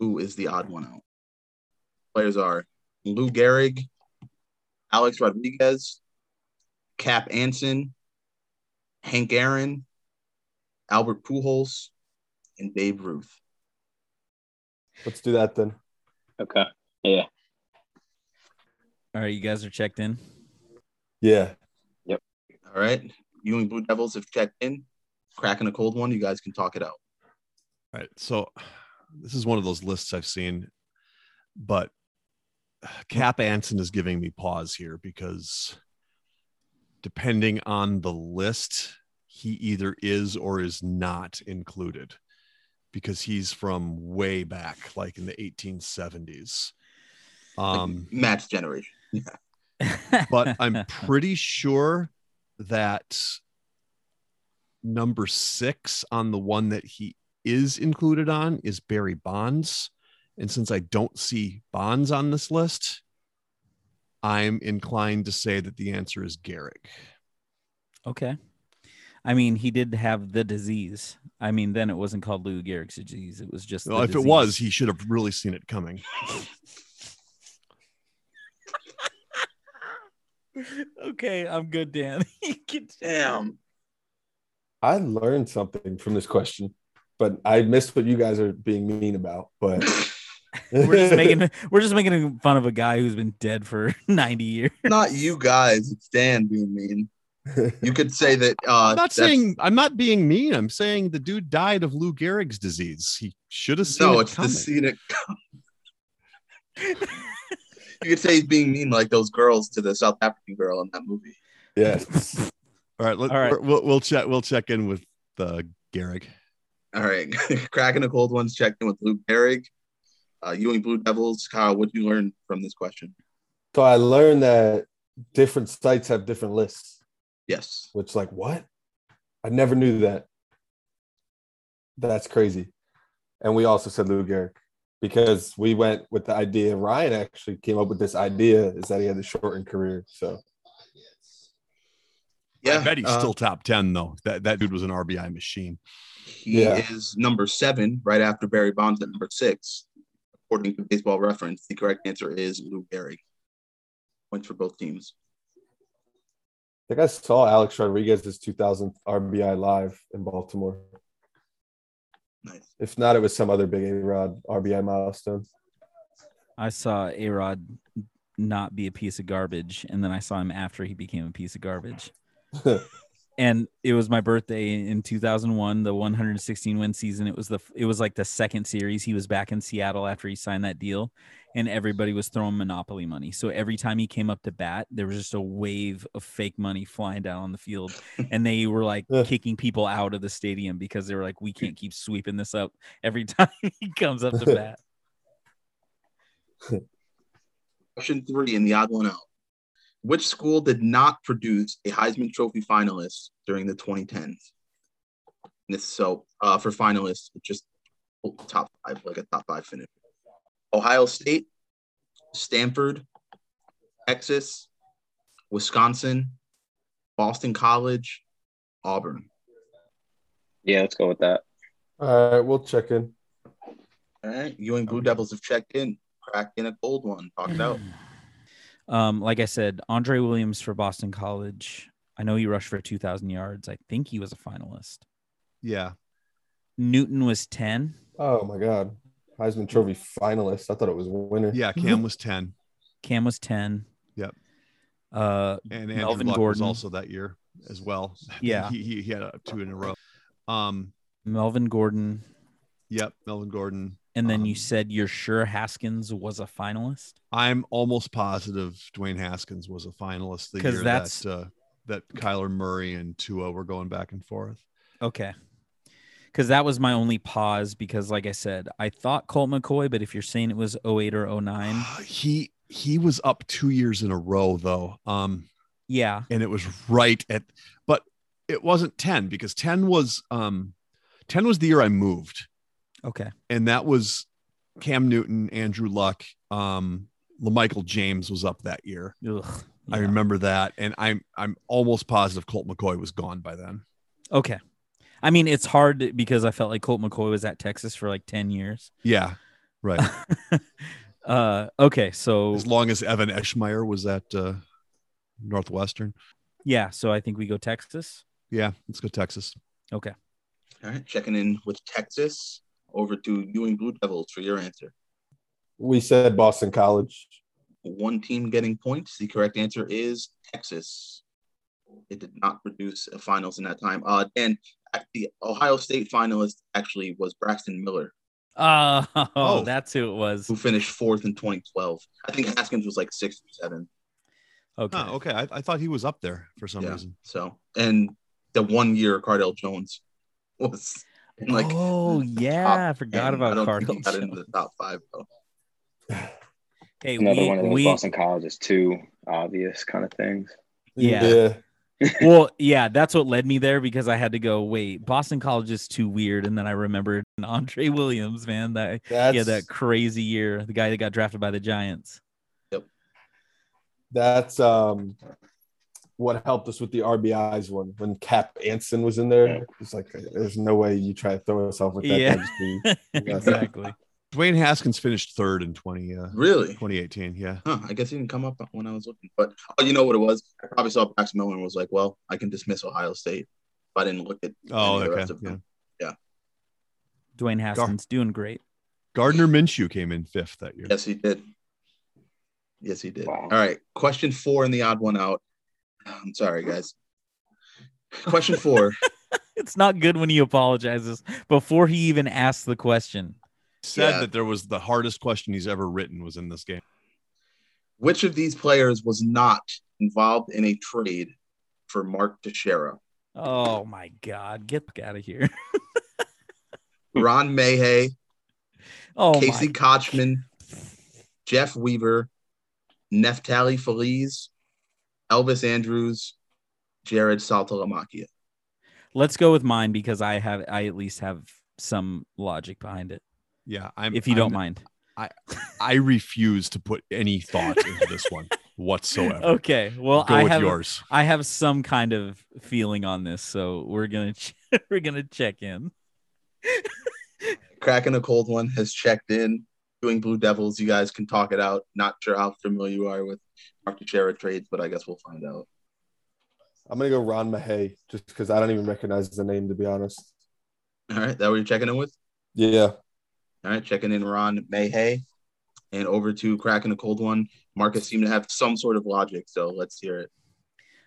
[SPEAKER 2] Who is the odd one out? Players are Lou Gehrig, Alex Rodriguez, Cap Anson, Hank Aaron, Albert Pujols, and Babe Ruth.
[SPEAKER 3] Let's do that then.
[SPEAKER 4] Okay. Yeah.
[SPEAKER 6] All right, you guys are checked in.
[SPEAKER 3] Yeah.
[SPEAKER 2] All right. Ewing Blue Devils have checked in. Cracking a cold one. You guys can talk it out.
[SPEAKER 5] All right. So this is one of those lists I've seen, but Cap Anson is giving me pause here because depending on the list, he either is or is not included because he's from way back, like in the 1870s. Um,
[SPEAKER 2] Match generation.
[SPEAKER 5] but I'm pretty sure that number six on the one that he is included on is Barry Bonds. And since I don't see Bonds on this list, I'm inclined to say that the answer is Garrick.
[SPEAKER 6] okay. I mean, he did have the disease. I mean, then it wasn't called Lou Gehrig's disease. It was just. the
[SPEAKER 5] Well, if
[SPEAKER 6] disease.
[SPEAKER 5] it was, he should have really seen it coming.
[SPEAKER 6] okay, I'm good, Dan. You can-
[SPEAKER 2] Damn.
[SPEAKER 3] I learned something from this question, but I missed what you guys are being mean about. But
[SPEAKER 6] We're just making we're just making fun of a guy who's been dead for 90 years.
[SPEAKER 2] Not you guys. It's Dan being mean. You could say that. Uh,
[SPEAKER 5] I'm not
[SPEAKER 2] that's-
[SPEAKER 5] saying I'm not being mean. I'm saying the dude died of Lou Gehrig's disease. He should have seen
[SPEAKER 2] No,
[SPEAKER 5] it
[SPEAKER 2] it's the
[SPEAKER 5] coming.
[SPEAKER 2] scenic. you could say he's being mean like those girls to the South African girl in that movie.
[SPEAKER 3] yes.
[SPEAKER 5] All right, let,
[SPEAKER 6] All
[SPEAKER 5] All
[SPEAKER 6] right.
[SPEAKER 5] right. We'll, we'll check. We'll check in with uh, Garrick.
[SPEAKER 2] All right. Cracking the cold ones, checked in with Luke Gehrig. Uh, Ewing Blue Devils. Kyle, what would you learn from this question?
[SPEAKER 3] So I learned that different sites have different lists,
[SPEAKER 2] Yes.
[SPEAKER 3] which like what? I never knew that. That's crazy. And we also said Lou Gehrig because we went with the idea. Ryan actually came up with this idea is that he had a shortened career. So
[SPEAKER 2] Yeah.
[SPEAKER 5] I bet he's
[SPEAKER 2] uh,
[SPEAKER 5] still top ten though. That that dude was an RBI machine.
[SPEAKER 2] He
[SPEAKER 3] Yeah.
[SPEAKER 2] is number seven, right after Barry Bonds at number six. According to baseball reference, the correct answer is Lou Gehrig. Points for both teams.
[SPEAKER 3] I think I saw Alex Rodriguez's 2000th RBI live in Baltimore.
[SPEAKER 2] Nice.
[SPEAKER 3] If not, it was some other big A Rod RBI milestone.
[SPEAKER 6] I saw A Rod not be a piece of garbage, and then I saw him after he became a piece of garbage. and it was my birthday in 2001, the 116 win season. It was the it was like the second series. He was back in Seattle after he signed that deal, and everybody was throwing monopoly money. So every time he came up to bat, there was just a wave of fake money flying down on the field, and they were like
[SPEAKER 3] Ugh.
[SPEAKER 6] kicking people out of the stadium because they were like, "We can't keep sweeping this up every time he comes up to bat."
[SPEAKER 2] Question three in the odd one out. Which school did not produce a Heisman Trophy finalist during the 2010s? And it's so uh, for finalists, it's just top five, like a top five finish. Ohio State, Stanford, Texas, Wisconsin, Boston College, Auburn.
[SPEAKER 4] Yeah, let's go with that.
[SPEAKER 3] All right, we'll check in.
[SPEAKER 2] All right. Ewing Blue Devils have checked in, cracked in a cold one, talked it out.
[SPEAKER 6] Um, like I said, Andre Williams for Boston College. I know he rushed for 2,000 yards. I think he was a finalist.
[SPEAKER 5] Yeah,
[SPEAKER 6] Newton was 10.
[SPEAKER 3] Oh my God. Heisman Trophy finalist. I thought it was a winner.
[SPEAKER 5] yeah. Cam was ten.
[SPEAKER 6] Cam was 10.
[SPEAKER 5] Yep.
[SPEAKER 6] Uh,
[SPEAKER 5] and Andrew
[SPEAKER 6] Melvin
[SPEAKER 5] Luck was
[SPEAKER 6] Gordon.
[SPEAKER 5] also that year as well.
[SPEAKER 6] Yeah.
[SPEAKER 5] he, he, he had a two in a row. Um,
[SPEAKER 6] Melvin Gordon,
[SPEAKER 5] yep, Melvin Gordon.
[SPEAKER 6] and then you
[SPEAKER 5] Um,
[SPEAKER 6] said you're sure Haskins was a finalist.
[SPEAKER 5] I'm almost positive Dwayne Haskins was a finalist the
[SPEAKER 6] 'Cause
[SPEAKER 5] year
[SPEAKER 6] that's-
[SPEAKER 5] that uh, that Kyler Murray and Tua were going back and forth.
[SPEAKER 6] Okay. Because that was my only pause because, like I said, I thought Colt McCoy, but if you're saying it was 08 or 09,
[SPEAKER 5] he he was up two years in a row though. Um,
[SPEAKER 6] yeah,
[SPEAKER 5] and it was right at but it wasn't 10 because 10 was um 10 was the year I moved
[SPEAKER 6] okay.
[SPEAKER 5] and that was Cam Newton, Andrew Luck, um LaMichael James was up that year.
[SPEAKER 6] Ugh,
[SPEAKER 5] I
[SPEAKER 6] yeah.
[SPEAKER 5] remember that and I'm I'm almost positive Colt McCoy was gone by then.
[SPEAKER 6] Okay. I mean, it's hard because I felt like Colt McCoy was at Texas for like 10 years.
[SPEAKER 5] Yeah. Right.
[SPEAKER 6] uh, okay. So,
[SPEAKER 5] as long as Evan Eschmeyer was at uh Northwestern.
[SPEAKER 6] yeah. So I think we go Texas.
[SPEAKER 5] Yeah, let's go Texas.
[SPEAKER 2] All right, checking in with Texas. Over to Ewing Blue Devils for your answer.
[SPEAKER 3] We said Boston College.
[SPEAKER 2] One team getting points. The correct answer is Texas. It did not produce a finals in that time. Uh, and at the Ohio State finalist actually was Braxton Miller,
[SPEAKER 6] Oh,
[SPEAKER 5] Oh.
[SPEAKER 6] that's who it was.
[SPEAKER 2] who finished fourth in 2012. I think Haskins was like sixth or seventh.
[SPEAKER 6] Okay.
[SPEAKER 5] Oh, okay. I, I thought he was up there for some
[SPEAKER 2] Yeah.
[SPEAKER 5] reason.
[SPEAKER 2] So, and the one year Cardell Jones was in like.
[SPEAKER 6] oh, yeah. I forgot
[SPEAKER 2] 10. I
[SPEAKER 6] about
[SPEAKER 2] don't
[SPEAKER 6] Cardell.
[SPEAKER 2] think he got
[SPEAKER 6] Jones.
[SPEAKER 2] into the top five though.
[SPEAKER 6] Hey,
[SPEAKER 4] Another
[SPEAKER 6] we,
[SPEAKER 4] one of those
[SPEAKER 6] we,
[SPEAKER 4] Boston colleges too obvious kind of things.
[SPEAKER 6] Yeah. well, yeah, that's what led me there because I had to go. Wait, Boston College is too weird, and then I remembered Andre Williams, man. That
[SPEAKER 3] That's,
[SPEAKER 6] yeah, that crazy year, the guy that got drafted by the Giants.
[SPEAKER 3] that's um what helped us with the RBIs one when Cap Anson was in there. It's like there's no way you try to throw us off with that.
[SPEAKER 6] Yeah.
[SPEAKER 3] That'd just be-
[SPEAKER 6] exactly.
[SPEAKER 5] Dwayne Haskins finished third in 20, uh,
[SPEAKER 2] Really?
[SPEAKER 5] 2018. Yeah.
[SPEAKER 2] Huh, I guess he didn't come up when I was looking. But oh, you know what it was? I probably saw Brax Miller and was like, well, I can dismiss Ohio State. But I didn't look at
[SPEAKER 5] Oh,
[SPEAKER 2] any of the
[SPEAKER 5] okay.
[SPEAKER 2] rest of
[SPEAKER 5] Yeah.
[SPEAKER 2] them.
[SPEAKER 6] Dwayne Haskins doing great.
[SPEAKER 5] Gardner Minshew came in fifth that year.
[SPEAKER 2] Yes, he did. Yes, he did.
[SPEAKER 4] Wow.
[SPEAKER 2] All right. Question four and the odd one out. I'm sorry, guys. Question four.
[SPEAKER 6] It's not good when he apologizes before he even asks the question.
[SPEAKER 5] Said
[SPEAKER 2] Yeah.
[SPEAKER 5] that there was the hardest question he's ever written was in this game.
[SPEAKER 2] Which of these players was not involved in a trade for Mark Teixeira?
[SPEAKER 6] Oh my God, get out of here!
[SPEAKER 2] Ron Mayhay,
[SPEAKER 6] Hmm. Oh
[SPEAKER 2] Casey
[SPEAKER 6] my.
[SPEAKER 2] Kochman, Jeff Weaver, Neftali Feliz, Elvis Andrews, Jared Saltalamacchia.
[SPEAKER 6] Let's go with mine because I have I at least have some logic behind it.
[SPEAKER 5] Yeah. I'm,
[SPEAKER 6] if you don't
[SPEAKER 5] I'm-
[SPEAKER 6] mind.
[SPEAKER 5] I refuse to put any thought into this one whatsoever.
[SPEAKER 6] Okay. Well,
[SPEAKER 5] Go
[SPEAKER 6] I
[SPEAKER 5] with
[SPEAKER 6] have
[SPEAKER 5] yours.
[SPEAKER 6] I have some kind of feeling on this, so we're gonna ch- we're gonna check in.
[SPEAKER 2] Cracking a cold one has checked in. Doing Blue Devils, you guys can talk it out. Not sure how familiar you are with Mark Teixeira trades, but I guess we'll find out.
[SPEAKER 3] I'm gonna go Ron Mahay just because I don't even recognize the name to be honest.
[SPEAKER 2] All right, that what you're checking in with?
[SPEAKER 3] Yeah.
[SPEAKER 2] All right, checking in Ron Mayhay. And over to cracking a cold one. Marcus seemed to have some sort of logic, so let's hear it.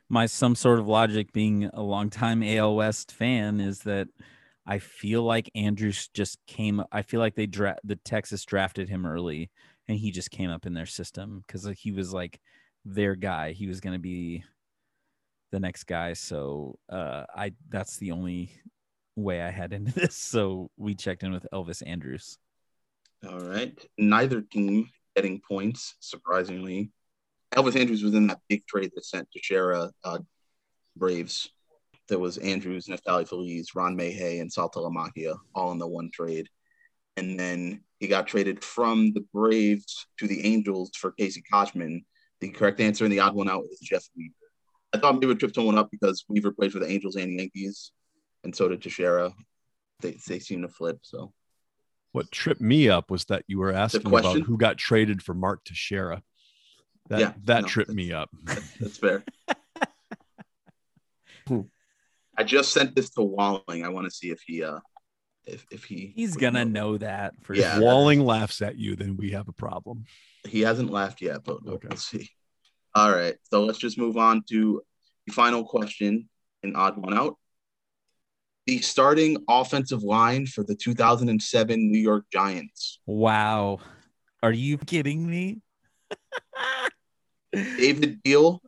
[SPEAKER 6] My some sort of logic being a longtime AL West fan is that I feel like Andrews just came. I feel like they dra- the Texas drafted him early, and he just came up in their system because he was like their guy. He was gonna be the next guy. So uh, I that's the only way I had into this. So we checked in with Elvis Andrews.
[SPEAKER 2] All right. Neither team getting points, surprisingly. Elvis Andrews was in that big trade that sent Teixeira uh, Braves. There was Andrews, Neftali Feliz, Ron Mayhay, and Saltalamacchia all in the one trade. And then he got traded from the Braves to the Angels for Casey Kochman. The correct answer and the odd one out is Jeff Weaver. I thought maybe we tripped someone up because Weaver played for the Angels and Yankees, and so did Teixeira. They, they seem to flip, so.
[SPEAKER 5] What tripped me up was that you were asking about
[SPEAKER 2] question?
[SPEAKER 5] who got traded for Mark Teixeira. That,
[SPEAKER 2] Yeah,
[SPEAKER 5] that
[SPEAKER 2] no,
[SPEAKER 5] tripped me up.
[SPEAKER 2] That's fair.
[SPEAKER 3] Hmm.
[SPEAKER 2] I just sent this to Walling. I want to see if he, uh, if if he
[SPEAKER 6] He's
[SPEAKER 2] would
[SPEAKER 6] gonna know that for
[SPEAKER 2] Yeah.
[SPEAKER 5] If
[SPEAKER 6] sure.
[SPEAKER 5] Walling laughs at you, then we have a problem.
[SPEAKER 2] He hasn't laughed yet, but we'll,
[SPEAKER 5] Okay.
[SPEAKER 2] we'll see. All right. So let's just move on to the final question and odd one out. The starting offensive line for the 2007 New York Giants.
[SPEAKER 6] Wow. Are you kidding me?
[SPEAKER 2] David Beal,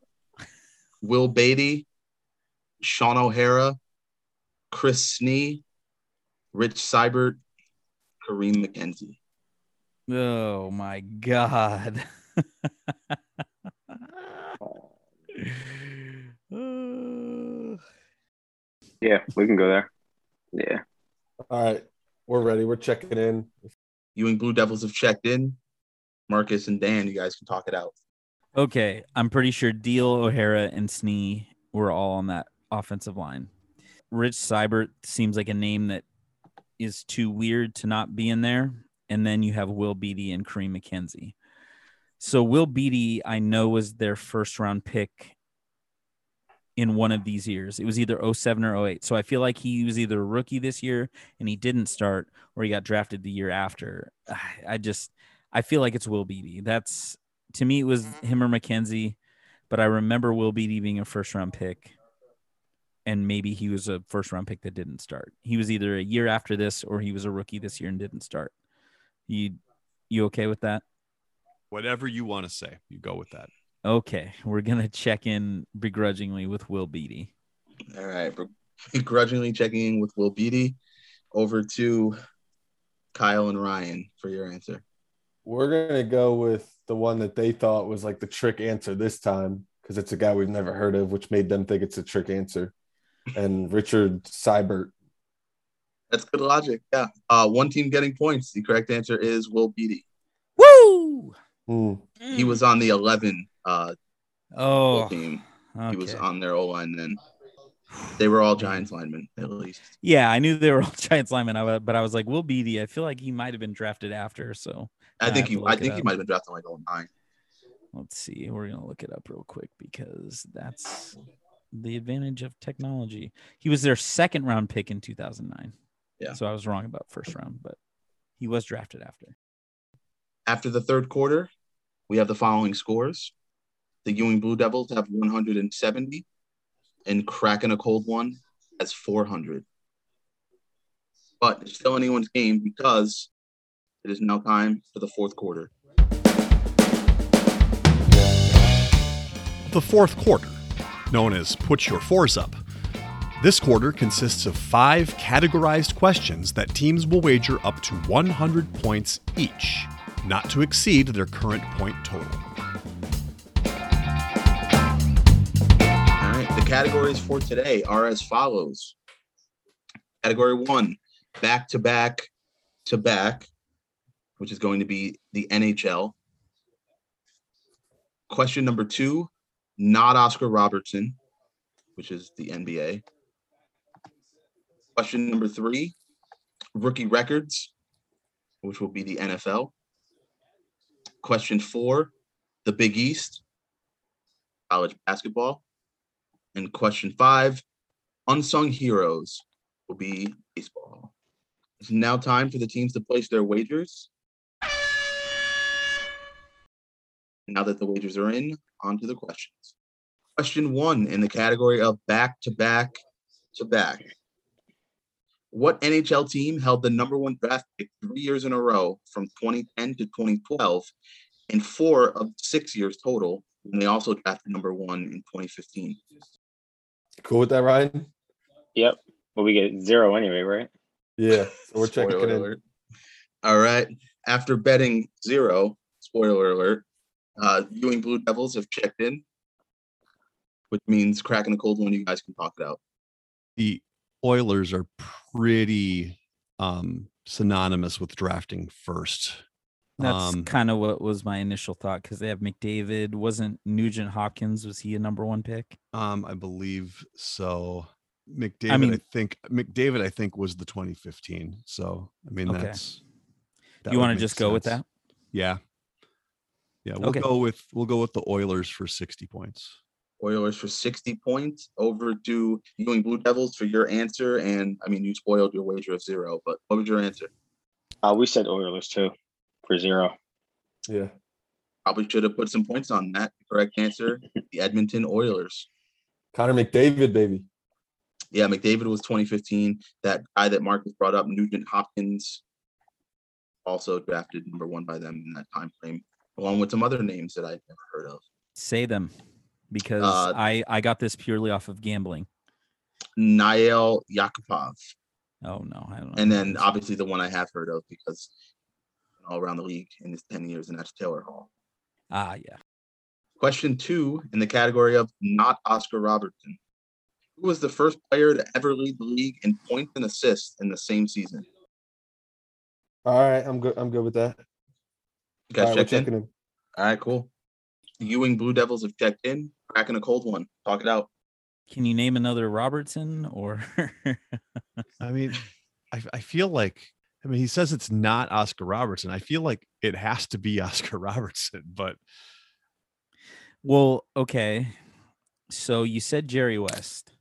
[SPEAKER 2] Will Beatty, Sean O'Hara, Chris Snee, Rich Seibert, Kareem McKenzie.
[SPEAKER 6] Oh my god. Uh,
[SPEAKER 4] Yeah, we can go there. Yeah.
[SPEAKER 3] All right, we're ready. We're checking in.
[SPEAKER 2] Ewing Blue Devils have checked in. Marcus and Dan, you guys can talk it out.
[SPEAKER 6] Okay, I'm pretty sure Deal, O'Hara, and Snee were all on that offensive line. Rich Seibert seems like a name that is too weird to not be in there. And then you have Will Beatty and Kareem McKenzie. So Will Beatty, I know, was their first round pick in one of these years. It was either 07 or 08. So I feel like he was either a rookie this year and he didn't start, or he got drafted the year after. I- I just I feel like it's Will Beatty. That's to me it was
[SPEAKER 2] Mm-hmm.
[SPEAKER 6] him or McKenzie, but I remember Will Beatty being a first round pick. And maybe he was a first round pick that didn't start. He was either a year after this or he was a rookie this year and didn't start. You you okay with that?
[SPEAKER 5] Whatever you want to say, you go with that.
[SPEAKER 6] Okay. We're gonna check in begrudgingly with Will Beatty.
[SPEAKER 2] All right. We're begrudgingly checking in with Will Beatty. Over to Kyle and Ryan for your answer.
[SPEAKER 3] We're gonna go with the one that they thought was like the trick answer this time because it's a guy we've never heard of, which made them think it's a trick answer. And Richard Seibert.
[SPEAKER 2] That's good logic. Yeah. Uh, one team getting points. The correct answer is Will Beatty.
[SPEAKER 6] Woo!
[SPEAKER 3] Hmm.
[SPEAKER 2] He was on the 11 uh,
[SPEAKER 6] oh
[SPEAKER 2] team. He was
[SPEAKER 6] okay.
[SPEAKER 2] on their O line then. They were all Giants linemen, at least.
[SPEAKER 6] Yeah, I knew they were all Giants linemen, I wa- but I was like, Will Beatty. I feel like he might have been drafted after. So
[SPEAKER 2] I
[SPEAKER 6] Yeah,
[SPEAKER 2] think
[SPEAKER 6] I have
[SPEAKER 2] he,
[SPEAKER 6] to
[SPEAKER 2] I
[SPEAKER 6] look it
[SPEAKER 2] think he
[SPEAKER 6] up.
[SPEAKER 2] might have been drafted like 09.
[SPEAKER 6] let's see. We're gonna look it up real quick because that's the advantage of technology. He was their second round pick in 2009.
[SPEAKER 2] Yeah.
[SPEAKER 6] So I was wrong about first round, but he was drafted after.
[SPEAKER 2] After the third quarter, we have the following scores. The Ewing Blue Devils have 170, and Kraken a cold one has 400. But it's still anyone's game because it is now time for the fourth quarter.
[SPEAKER 5] the fourth quarter, known as Put Your Fours Up. This quarter consists of five categorized questions that teams will wager up to 100 points each, not to exceed their current point total.
[SPEAKER 2] All right, the categories for today are as follows. Category one, back to back to back, which is going to be the NHL. Question number two, not Oscar Robertson, which is the NBA. Question number three, rookie records, which will be the NFL. Question four, the Big East, college basketball. And question five, unsung heroes will be baseball. It's now time for the teams to place their wagers. Now that the wagers are in, on to the questions. Question one in the category of back to back to back. What NHL team held the number one draft pick three years in a row from 2010 to 2012 and four of six years total when they also drafted number one in 2015?
[SPEAKER 3] Cool with that, Ryan?
[SPEAKER 4] Yep. But we get zero anyway, right?
[SPEAKER 3] Yeah. So we're checking
[SPEAKER 2] Spoiler
[SPEAKER 3] in.
[SPEAKER 2] alert. All right. After betting zero, spoiler alert, uh, Ewing Blue Devils have checked in, which means cracking a cold one. You guys can talk it out.
[SPEAKER 5] the Oilers are pretty um, synonymous with drafting first.
[SPEAKER 6] That's
[SPEAKER 5] Um,
[SPEAKER 6] kind of what was my initial thought because they have McDavid. Wasn't Nugent Hopkins? Was he a number one pick?
[SPEAKER 5] Um, I believe so. McDavid, I,
[SPEAKER 6] mean-
[SPEAKER 5] think McDavid, I think was the 2015. So I mean,
[SPEAKER 6] Okay.
[SPEAKER 5] that's.
[SPEAKER 6] you
[SPEAKER 5] would
[SPEAKER 6] want
[SPEAKER 5] make
[SPEAKER 6] to just go with
[SPEAKER 5] sense.
[SPEAKER 6] that?
[SPEAKER 5] Yeah, yeah. We'll
[SPEAKER 6] Okay.
[SPEAKER 5] go with we'll go with the Oilers for 60 points.
[SPEAKER 2] Oilers for 60 points over to Ewing Blue Devils for your answer. And I mean, you spoiled your wager of zero, but what was your answer?
[SPEAKER 4] Uh, we said Oilers too for zero.
[SPEAKER 3] Yeah.
[SPEAKER 2] Probably should have put some points on that. Correct answer: the Edmonton Oilers.
[SPEAKER 3] Connor McDavid, baby.
[SPEAKER 2] Yeah, McDavid was 2015. That guy that Marcus brought up, Nugent Hopkins, also drafted number one by them in that time frame, along with some other names that I'd never heard of.
[SPEAKER 6] Say them because
[SPEAKER 2] Uh,
[SPEAKER 6] I I got this purely off of gambling.
[SPEAKER 2] Niall Yakupov,
[SPEAKER 6] Oh no, I don't know.
[SPEAKER 2] and then obviously the one I have heard of because all around the league in his 10 years, and that's Taylor Hall.
[SPEAKER 6] ah yeah,
[SPEAKER 2] Question two in the category of not Oscar Robertson. Who was the first player to ever lead the league in points and assists in the same season?
[SPEAKER 3] All right, I'm good. I'm good with that.
[SPEAKER 2] You guys
[SPEAKER 3] All right, we're
[SPEAKER 2] checked in?
[SPEAKER 3] checking him.
[SPEAKER 2] All right, cool. The Ewing Blue Devils have checked in, cracking a cold one. Talk it out.
[SPEAKER 6] can you name another Robertson or
[SPEAKER 5] I mean, I, I feel like, I mean, he says it's not Oscar Robertson. I feel like it has to be Oscar Robertson, but
[SPEAKER 6] well okay, so you said Jerry West.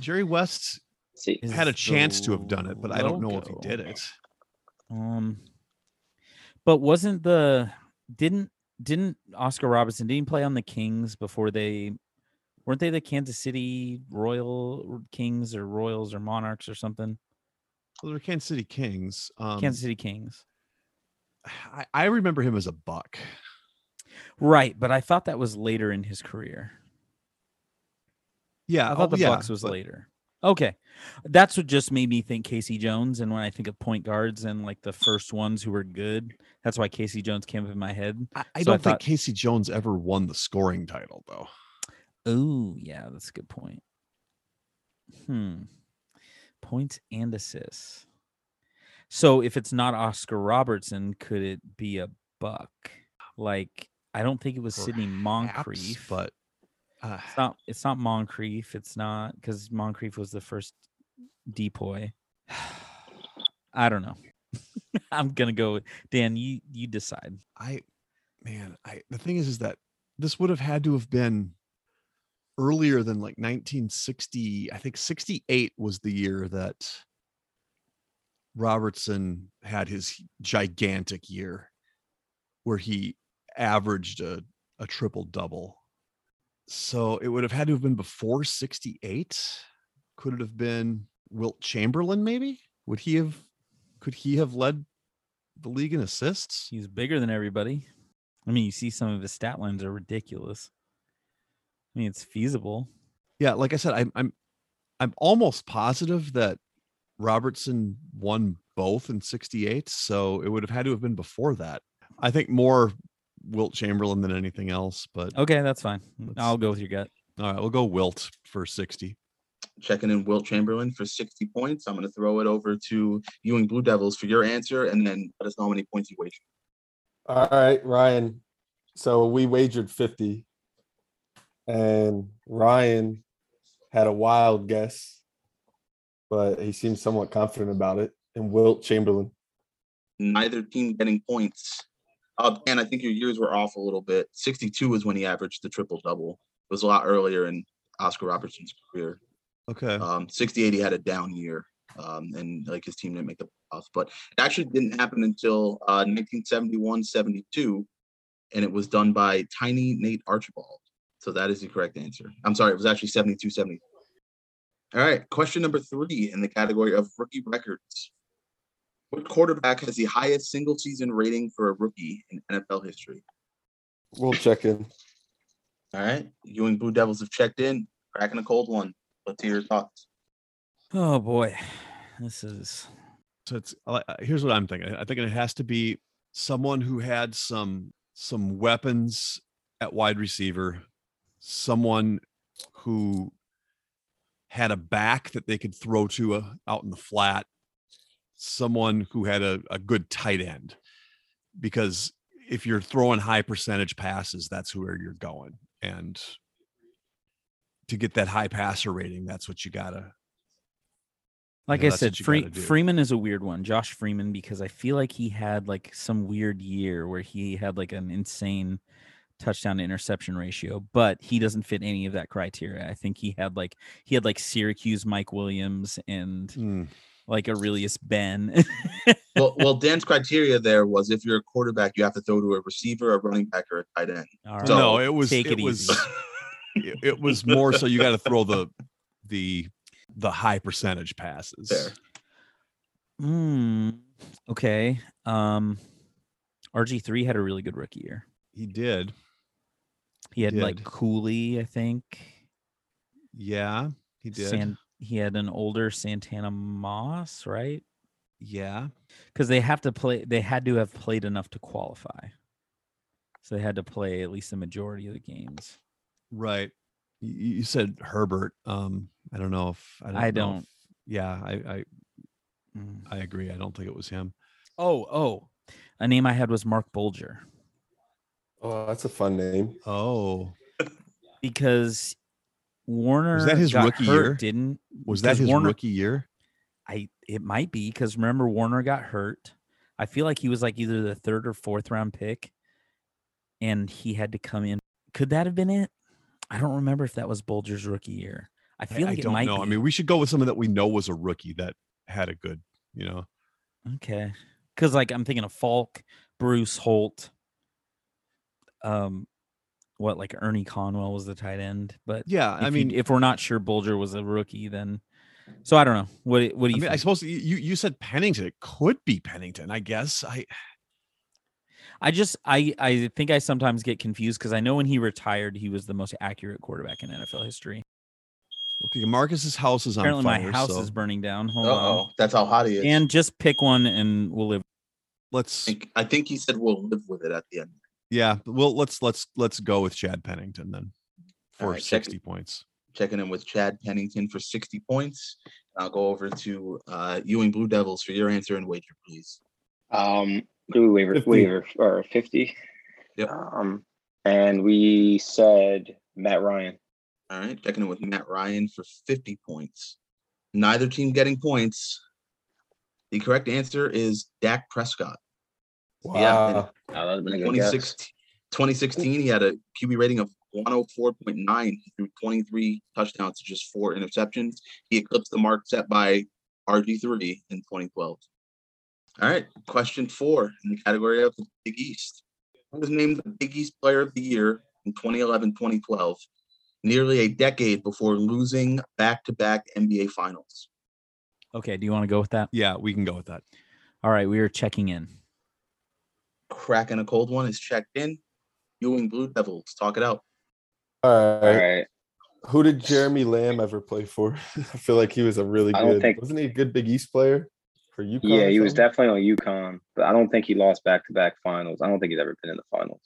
[SPEAKER 5] Jerry West
[SPEAKER 4] See,
[SPEAKER 6] is
[SPEAKER 5] had a
[SPEAKER 6] the
[SPEAKER 5] chance to have done it, but I don't know if he
[SPEAKER 6] logo.
[SPEAKER 5] did it.
[SPEAKER 6] Um, but wasn't the didn't didn't Oscar Robertson didn't he play on the Kings before they weren't they the Kansas City Royal Kings or Royals or Monarchs or something?
[SPEAKER 5] Well, they were Kansas City Kings. Um,
[SPEAKER 6] Kansas City Kings.
[SPEAKER 5] I, I remember him as a buck.
[SPEAKER 6] Right, but I thought that was later in his career.
[SPEAKER 5] Yeah,
[SPEAKER 6] I thought
[SPEAKER 5] oh,
[SPEAKER 6] the
[SPEAKER 5] yeah,
[SPEAKER 6] Bucks was
[SPEAKER 5] but-
[SPEAKER 6] later. Okay. That's what just made me think Casey Jones and when I think of point guards and like the first ones who were good, that's why Casey Jones came up in my head.
[SPEAKER 5] I, I
[SPEAKER 6] so I
[SPEAKER 5] don't
[SPEAKER 6] thought-
[SPEAKER 5] think Casey Jones ever won the scoring title, though.
[SPEAKER 6] Oh, yeah, that's a good point. Hmm. Points and assists. So if it's not Oscar Robertson, could it be a buck? Like I don't think it was Sidney
[SPEAKER 5] Perhaps,
[SPEAKER 6] Moncrief,
[SPEAKER 5] but uh,
[SPEAKER 6] it's not it's not Moncrief. It's not because Moncrief was the first depoy. I don't know. I'm gonna go with- Dan, you you decide.
[SPEAKER 5] I, man, I the thing is, is that this would have had to have been earlier than like 1960. I think 68 was the year that Robertson had his gigantic year, where he averaged a a triple double. So it would have had to have been before 68. Could it have been Wilt Chamberlain? Maybe would he have? Could he have led the league in assists?
[SPEAKER 6] He's bigger than everybody. I mean, you see some of his stat lines are ridiculous. I mean, it's feasible.
[SPEAKER 5] yeah like i said i'm i'm i'm almost positive that robertson won both in 68 so it would have had to have been before that i think more wilt chamberlain than anything else but
[SPEAKER 6] Okay, that's fine.
[SPEAKER 5] Let's-
[SPEAKER 6] I'll go with your gut.
[SPEAKER 5] all right we'll go wilt for 60
[SPEAKER 2] Checking in Wilt Chamberlain for 60 points. I'm going to throw it over to Ewing Blue Devils for your answer, and then let us know how many points you wagered.
[SPEAKER 3] All right, Ryan. So we wagered 50, and Ryan had a wild guess, but he seemed somewhat confident about it. And Wilt Chamberlain.
[SPEAKER 2] Neither team getting points. Uh, and I think your years were off a little bit. 62 is when he averaged the triple double. It was a lot earlier in Oscar Robertson's career.
[SPEAKER 5] okay
[SPEAKER 2] Um, 68, he had a down year, um, and like his team didn't make the playoffs. But it actually didn't happen until uh, 1971, 72, and it was done by Tiny Nate Archibald. So that is the correct answer. I'm sorry, it was actually 72, 70. All right, question number three in the category of rookie records. What quarterback has the highest single season rating for a rookie in NFL history?
[SPEAKER 3] We'll check in.
[SPEAKER 2] All right, you and Blue Devils have checked in, cracking a cold one. Let's hear your thoughts.
[SPEAKER 6] Oh boy, this is
[SPEAKER 5] so it's I- I- here's what i'm thinking i think it has to be someone who had some some weapons at wide receiver someone who had a back that they could throw to uh, out in the flat someone who had a, a good tight end because if you're throwing high percentage passes that's where you're going and to get that high passer rating that's what you gotta
[SPEAKER 6] like
[SPEAKER 5] Yeah,
[SPEAKER 6] I
[SPEAKER 5] that's what
[SPEAKER 6] said,
[SPEAKER 5] you
[SPEAKER 6] Free,
[SPEAKER 5] gotta do.
[SPEAKER 6] Freeman is a weird one. Josh Freeman, because I feel like he had like some weird year where he had like an insane touchdown to interception ratio, but he doesn't fit any of that criteria. I think he had like he had like Syracuse Mike Williams and
[SPEAKER 5] Hmm.
[SPEAKER 6] like Aurelius Ben.
[SPEAKER 2] well, well, Dan's criteria there was if you're a quarterback, you have to throw to a receiver, a running back, or a tight end.
[SPEAKER 6] All right.
[SPEAKER 2] So-
[SPEAKER 5] no, it was
[SPEAKER 6] take
[SPEAKER 5] it,
[SPEAKER 6] it
[SPEAKER 5] was
[SPEAKER 6] easy.
[SPEAKER 5] it, it was more so you got to throw the the the high percentage passes.
[SPEAKER 2] Fair.
[SPEAKER 6] Hmm. okay. Um RG3 had a really good rookie year.
[SPEAKER 5] He did.
[SPEAKER 6] He had like
[SPEAKER 5] Did.
[SPEAKER 6] Cooley, I think.
[SPEAKER 5] Yeah, he did.
[SPEAKER 6] San- he had an older Santana Moss, right?
[SPEAKER 5] yeah.
[SPEAKER 6] Because they have to play they had to have played enough to qualify. So they had to play at least the majority of the games.
[SPEAKER 5] Right. You, you you said Herbert. Um, I don't know if
[SPEAKER 6] I
[SPEAKER 5] know
[SPEAKER 6] don't-
[SPEAKER 5] if- yeah, I, I
[SPEAKER 6] Mm.
[SPEAKER 5] I agree. I don't think it was him.
[SPEAKER 6] Oh, oh. A name I had was Mark Bolger.
[SPEAKER 3] Oh, that's a fun name.
[SPEAKER 5] Oh,
[SPEAKER 6] because Warner was that his rookie
[SPEAKER 5] year?
[SPEAKER 6] Didn't
[SPEAKER 5] was that
[SPEAKER 6] Does
[SPEAKER 5] his
[SPEAKER 6] Warner-
[SPEAKER 5] rookie year?
[SPEAKER 6] I? It might be because remember Warner got hurt. I feel like he was like either the third or fourth round pick, and he had to come in. Could that have been it? I don't remember if that was Bolger's rookie year. I
[SPEAKER 5] I,
[SPEAKER 6] feel
[SPEAKER 5] I
[SPEAKER 6] like it
[SPEAKER 5] don't
[SPEAKER 6] might.
[SPEAKER 5] know.
[SPEAKER 6] Be.
[SPEAKER 5] I mean, we should go with someone that we know was a rookie that had a good, you know.
[SPEAKER 6] okay, because like I'm thinking of Falk, Bruce Holt, um, what like Ernie Conwell was the tight end, but
[SPEAKER 5] Yeah,
[SPEAKER 6] if
[SPEAKER 5] I
[SPEAKER 6] you-
[SPEAKER 5] mean,
[SPEAKER 6] if we're not sure Bolger was a rookie, then so I don't know. What do- what do
[SPEAKER 5] I
[SPEAKER 6] you?
[SPEAKER 5] mean, I
[SPEAKER 6] think?
[SPEAKER 5] suppose you you- you said Pennington. It could be Pennington, I guess. I
[SPEAKER 6] I just I I think I sometimes get confused because I know when he retired he was the most accurate quarterback in NFL history.
[SPEAKER 5] okay. Marcus's house is on
[SPEAKER 6] Apparently
[SPEAKER 5] fire.
[SPEAKER 6] my house
[SPEAKER 5] so
[SPEAKER 6] is burning down. Hold
[SPEAKER 2] Uh-oh, that's how hot he
[SPEAKER 6] on.
[SPEAKER 2] is.
[SPEAKER 6] And just pick one and we'll live.
[SPEAKER 5] let's
[SPEAKER 2] I think- I think he said we'll live with it at the end.
[SPEAKER 5] yeah. Well, let's let's let's go with Chad Pennington then for
[SPEAKER 2] right, second-
[SPEAKER 5] sixty points.
[SPEAKER 2] Checking in with Chad Pennington for 60 points. And I'll go over to uh, Ewing Blue Devils for your answer and wager, please.
[SPEAKER 4] Um, do we waiver
[SPEAKER 3] 50.
[SPEAKER 4] waiver or fifty?
[SPEAKER 2] Yep.
[SPEAKER 4] Um, and we said Matt Ryan.
[SPEAKER 2] All right, checking in with Matt Ryan for 50 points. Neither team getting points. The correct answer is Dak Prescott.
[SPEAKER 3] Wow.
[SPEAKER 2] Yeah.
[SPEAKER 4] Oh, that been a good guess.
[SPEAKER 2] 2016, 2016, he had a QB rating of 104.9. He threw 23 touchdowns to just four interceptions. He eclipsed the mark set by RG3 in 2012. All right, question four in the category of the Big East. Who was named the Big East Player of the Year in 2011 2012, nearly a decade before losing back to back NBA Finals?
[SPEAKER 6] Okay, do you want to go with that?
[SPEAKER 5] Yeah, we can go with that.
[SPEAKER 6] All right, we are checking in.
[SPEAKER 2] Cracking a cold one is checked in. Ewing Blue Devils, talk it out.
[SPEAKER 3] All
[SPEAKER 4] All
[SPEAKER 3] right.
[SPEAKER 4] right.
[SPEAKER 3] Who did Jeremy Lamb ever play for? I feel like he was a really
[SPEAKER 4] I don't
[SPEAKER 3] good.
[SPEAKER 4] think-
[SPEAKER 3] Wasn't he a good Big East player for UConn?
[SPEAKER 4] Yeah,
[SPEAKER 3] or
[SPEAKER 4] he was
[SPEAKER 3] something?
[SPEAKER 4] definitely on UConn, but I don't think he lost back to back finals. I don't think he's ever been in the finals.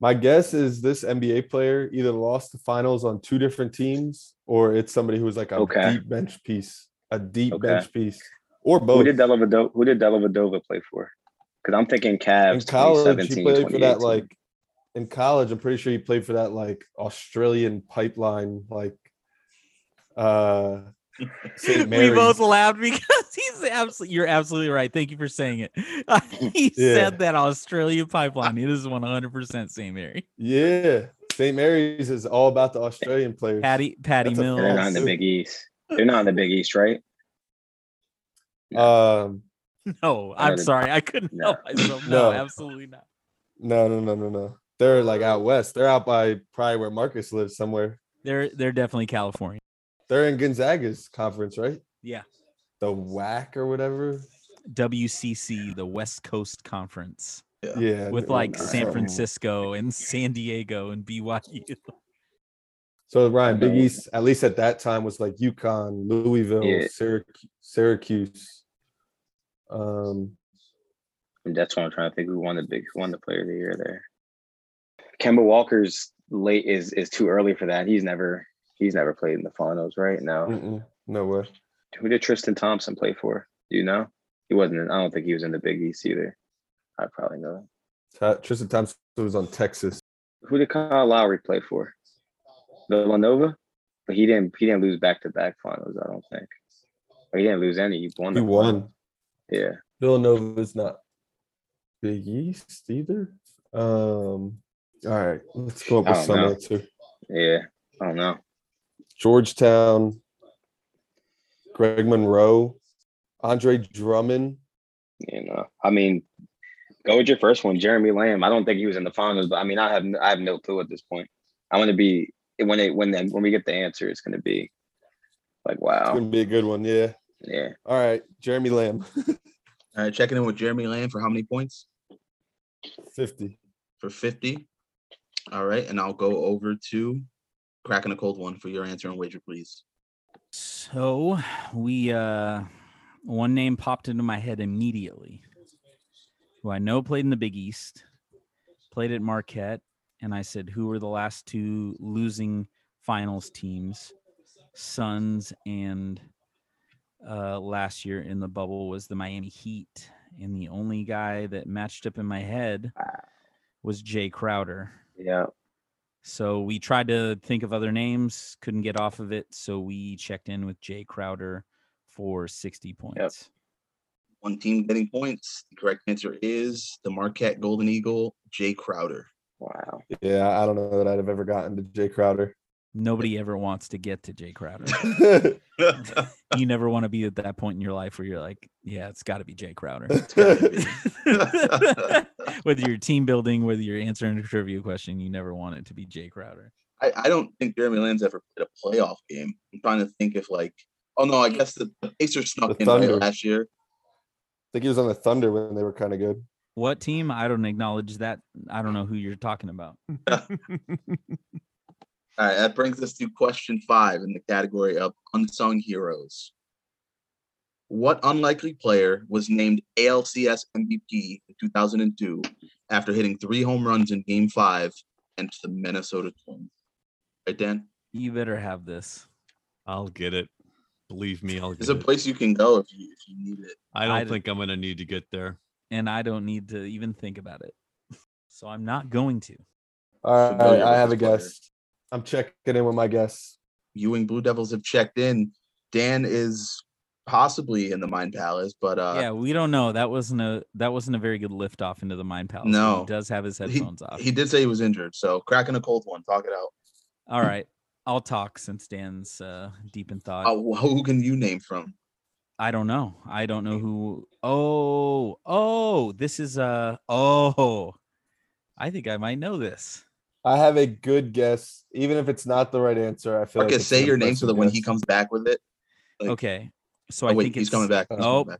[SPEAKER 3] My guess is this NBA player either lost the finals on two different teams, or it's somebody who was like a
[SPEAKER 4] Okay.
[SPEAKER 3] deep bench piece, a deep
[SPEAKER 4] Okay.
[SPEAKER 3] bench piece, or both.
[SPEAKER 4] Who did Delavado- Who did Delavadova play for? Because I'm thinking Cavs.
[SPEAKER 3] in college,
[SPEAKER 4] 2017,
[SPEAKER 3] he played for that
[SPEAKER 4] 2018.
[SPEAKER 3] like. In college, I'm pretty sure he played for that like Australian pipeline, like. uh St.
[SPEAKER 6] We both
[SPEAKER 3] Mary's.
[SPEAKER 6] laughed because he's absolutely you're absolutely right. Thank you for saying it. he
[SPEAKER 3] Yeah.
[SPEAKER 6] said that Australia pipeline. It is 100 percent St. Mary.
[SPEAKER 3] Yeah, St. Mary's is all about the Australian players.
[SPEAKER 6] Patty Patty
[SPEAKER 3] That's a
[SPEAKER 4] And they're not in
[SPEAKER 3] Oh,
[SPEAKER 6] Mills.
[SPEAKER 4] the Big East. They're not in the Big East, right?
[SPEAKER 3] Um,
[SPEAKER 6] No,
[SPEAKER 4] I
[SPEAKER 6] I'm
[SPEAKER 4] don't-
[SPEAKER 6] sorry. I couldn't
[SPEAKER 4] No.
[SPEAKER 6] help myself. No,
[SPEAKER 3] No.
[SPEAKER 6] absolutely not.
[SPEAKER 3] no, no, no, no, no. They're like out west. They're out by probably where Marcus lives somewhere.
[SPEAKER 6] They're they're definitely California.
[SPEAKER 3] They're in Gonzaga's conference, right?
[SPEAKER 6] Yeah.
[SPEAKER 3] The WAC or whatever.
[SPEAKER 6] WCC, the West Coast Conference,
[SPEAKER 2] Yeah.
[SPEAKER 3] Yeah,
[SPEAKER 6] with
[SPEAKER 3] it
[SPEAKER 6] like
[SPEAKER 3] was
[SPEAKER 6] San
[SPEAKER 3] something.
[SPEAKER 6] Francisco and San Diego and BYU.
[SPEAKER 3] So Ryan, Big
[SPEAKER 4] Okay.
[SPEAKER 3] East, at least at that time, was like Yukon, Louisville,
[SPEAKER 4] Yeah.
[SPEAKER 3] Syrac- Syracuse. Um,
[SPEAKER 4] And that's what I'm trying to think. Who won the big? Who won the Player of the Year there? Kemba Walker's late is is too early for that. He's never he's never played in the finals, right? No.
[SPEAKER 3] mm-mm, no way.
[SPEAKER 4] Who did Tristan Thompson play for? Do you know? He wasn't. In, I don't think he was in the Big East either. I probably know. that.
[SPEAKER 3] Ta- Tristan Thompson was on Texas.
[SPEAKER 4] Who did Kyle Lowry play for? Villanova, but he didn't. He didn't lose back to back finals. I don't think. Or he didn't lose any. He won.
[SPEAKER 3] He
[SPEAKER 4] the-
[SPEAKER 3] won.
[SPEAKER 4] Yeah.
[SPEAKER 3] Villanova's not Big East either. Um, All right, let's go up
[SPEAKER 4] I
[SPEAKER 3] with
[SPEAKER 4] don't
[SPEAKER 3] some
[SPEAKER 4] know.
[SPEAKER 3] answer.
[SPEAKER 4] Yeah, I don't know.
[SPEAKER 3] Georgetown, Greg Monroe, Andre Drummond.
[SPEAKER 4] You know, I mean, go with your first one, Jeremy Lamb. I don't think he was in the finals, but I mean, I have I have no clue at this point. I want to be when it when then when we get the answer, it's going to be like
[SPEAKER 2] Oh.
[SPEAKER 3] It's
[SPEAKER 4] wow,
[SPEAKER 3] gonna be a good one. Yeah.
[SPEAKER 4] yeah.
[SPEAKER 3] All right, Jeremy Lamb,
[SPEAKER 2] All right, checking in with Jeremy Lamb for how many points?
[SPEAKER 3] fifty.
[SPEAKER 2] For 50. All right, and I'll go over to cracking a cold one for your answer and wager, please.
[SPEAKER 6] So we uh one name popped into my head immediately. Who I know played in the Big East, played at Marquette, and I said, who were the last two losing finals teams? Suns and uh last year in the bubble was the Miami Heat. And the only guy that matched up in my head
[SPEAKER 4] Wow.
[SPEAKER 6] was Jay Crowder.
[SPEAKER 4] Yeah.
[SPEAKER 6] So we tried to think of other names, couldn't get off of it. So we checked in with Jay Crowder for 60 points.
[SPEAKER 2] One team getting points. The correct answer is the Marquette Golden Eagle, Jay Crowder.
[SPEAKER 4] Wow.
[SPEAKER 3] Yeah, I don't know that I'd have ever gotten to Jay Crowder.
[SPEAKER 6] Nobody ever wants to get to Jay Crowder.
[SPEAKER 3] it's
[SPEAKER 6] you never want to be at that point in your life where you're like, yeah, it's got to be Jay Crowder.
[SPEAKER 2] gotta be.
[SPEAKER 6] whether you're team building, whether you're answering a trivia question, you never want it to be Jay Crowder.
[SPEAKER 2] I, I don't think Jeremy Lamb's ever played a playoff game. I'm trying to think if like, oh no, I guess the, the Pacers snuck
[SPEAKER 3] The
[SPEAKER 2] in right
[SPEAKER 3] Thunder.
[SPEAKER 2] last year.
[SPEAKER 3] I think he was on the Thunder when they were kind of good.
[SPEAKER 6] What team? I don't acknowledge that. I don't know who you're talking about.
[SPEAKER 2] All right, that brings us to question five in the category of unsung heroes. What unlikely player was named ALCS MVP in 2002 after hitting three home runs in Game Five against the Minnesota Twins? Right, Dan.
[SPEAKER 6] You better have this.
[SPEAKER 5] I'll get it. Believe me, I'll get
[SPEAKER 2] There's a
[SPEAKER 5] it.
[SPEAKER 2] place you can go if you if you need it.
[SPEAKER 5] I don't
[SPEAKER 6] I'd-
[SPEAKER 5] think I'm going to need to get there.
[SPEAKER 6] and I don't need to even think about it. So I'm not going to.
[SPEAKER 3] All right,
[SPEAKER 2] Familiar
[SPEAKER 3] I
[SPEAKER 2] with
[SPEAKER 3] have a
[SPEAKER 2] this player.
[SPEAKER 3] guess. I'm checking in with my guess.
[SPEAKER 2] Ewing Blue Devils have checked in. Dan is possibly in the Mind Palace, but uh,
[SPEAKER 6] yeah, we don't know. That wasn't a that wasn't a very good lift off into the mind palace. but
[SPEAKER 2] No.
[SPEAKER 6] he does have his headphones off.
[SPEAKER 2] he did say he was injured. So cracking a cold one, talk it out.
[SPEAKER 6] All right, I'll talk since Dan's uh, deep in thought.
[SPEAKER 2] Uh, wh- who can you name from?
[SPEAKER 6] I don't know. I don't know who. Oh, oh, this is uh oh. I think I might know this.
[SPEAKER 3] I have a good guess, even if it's not the right answer. I feel
[SPEAKER 2] Okay,
[SPEAKER 3] like it's
[SPEAKER 2] say
[SPEAKER 3] an
[SPEAKER 2] your name so that
[SPEAKER 3] impressive
[SPEAKER 2] when he
[SPEAKER 3] guess.
[SPEAKER 2] comes back with it. Like-
[SPEAKER 6] Okay, so
[SPEAKER 2] Oh,
[SPEAKER 6] I
[SPEAKER 2] wait,
[SPEAKER 6] think
[SPEAKER 2] he's
[SPEAKER 6] it's
[SPEAKER 2] coming back. he's coming
[SPEAKER 6] oh.
[SPEAKER 2] back.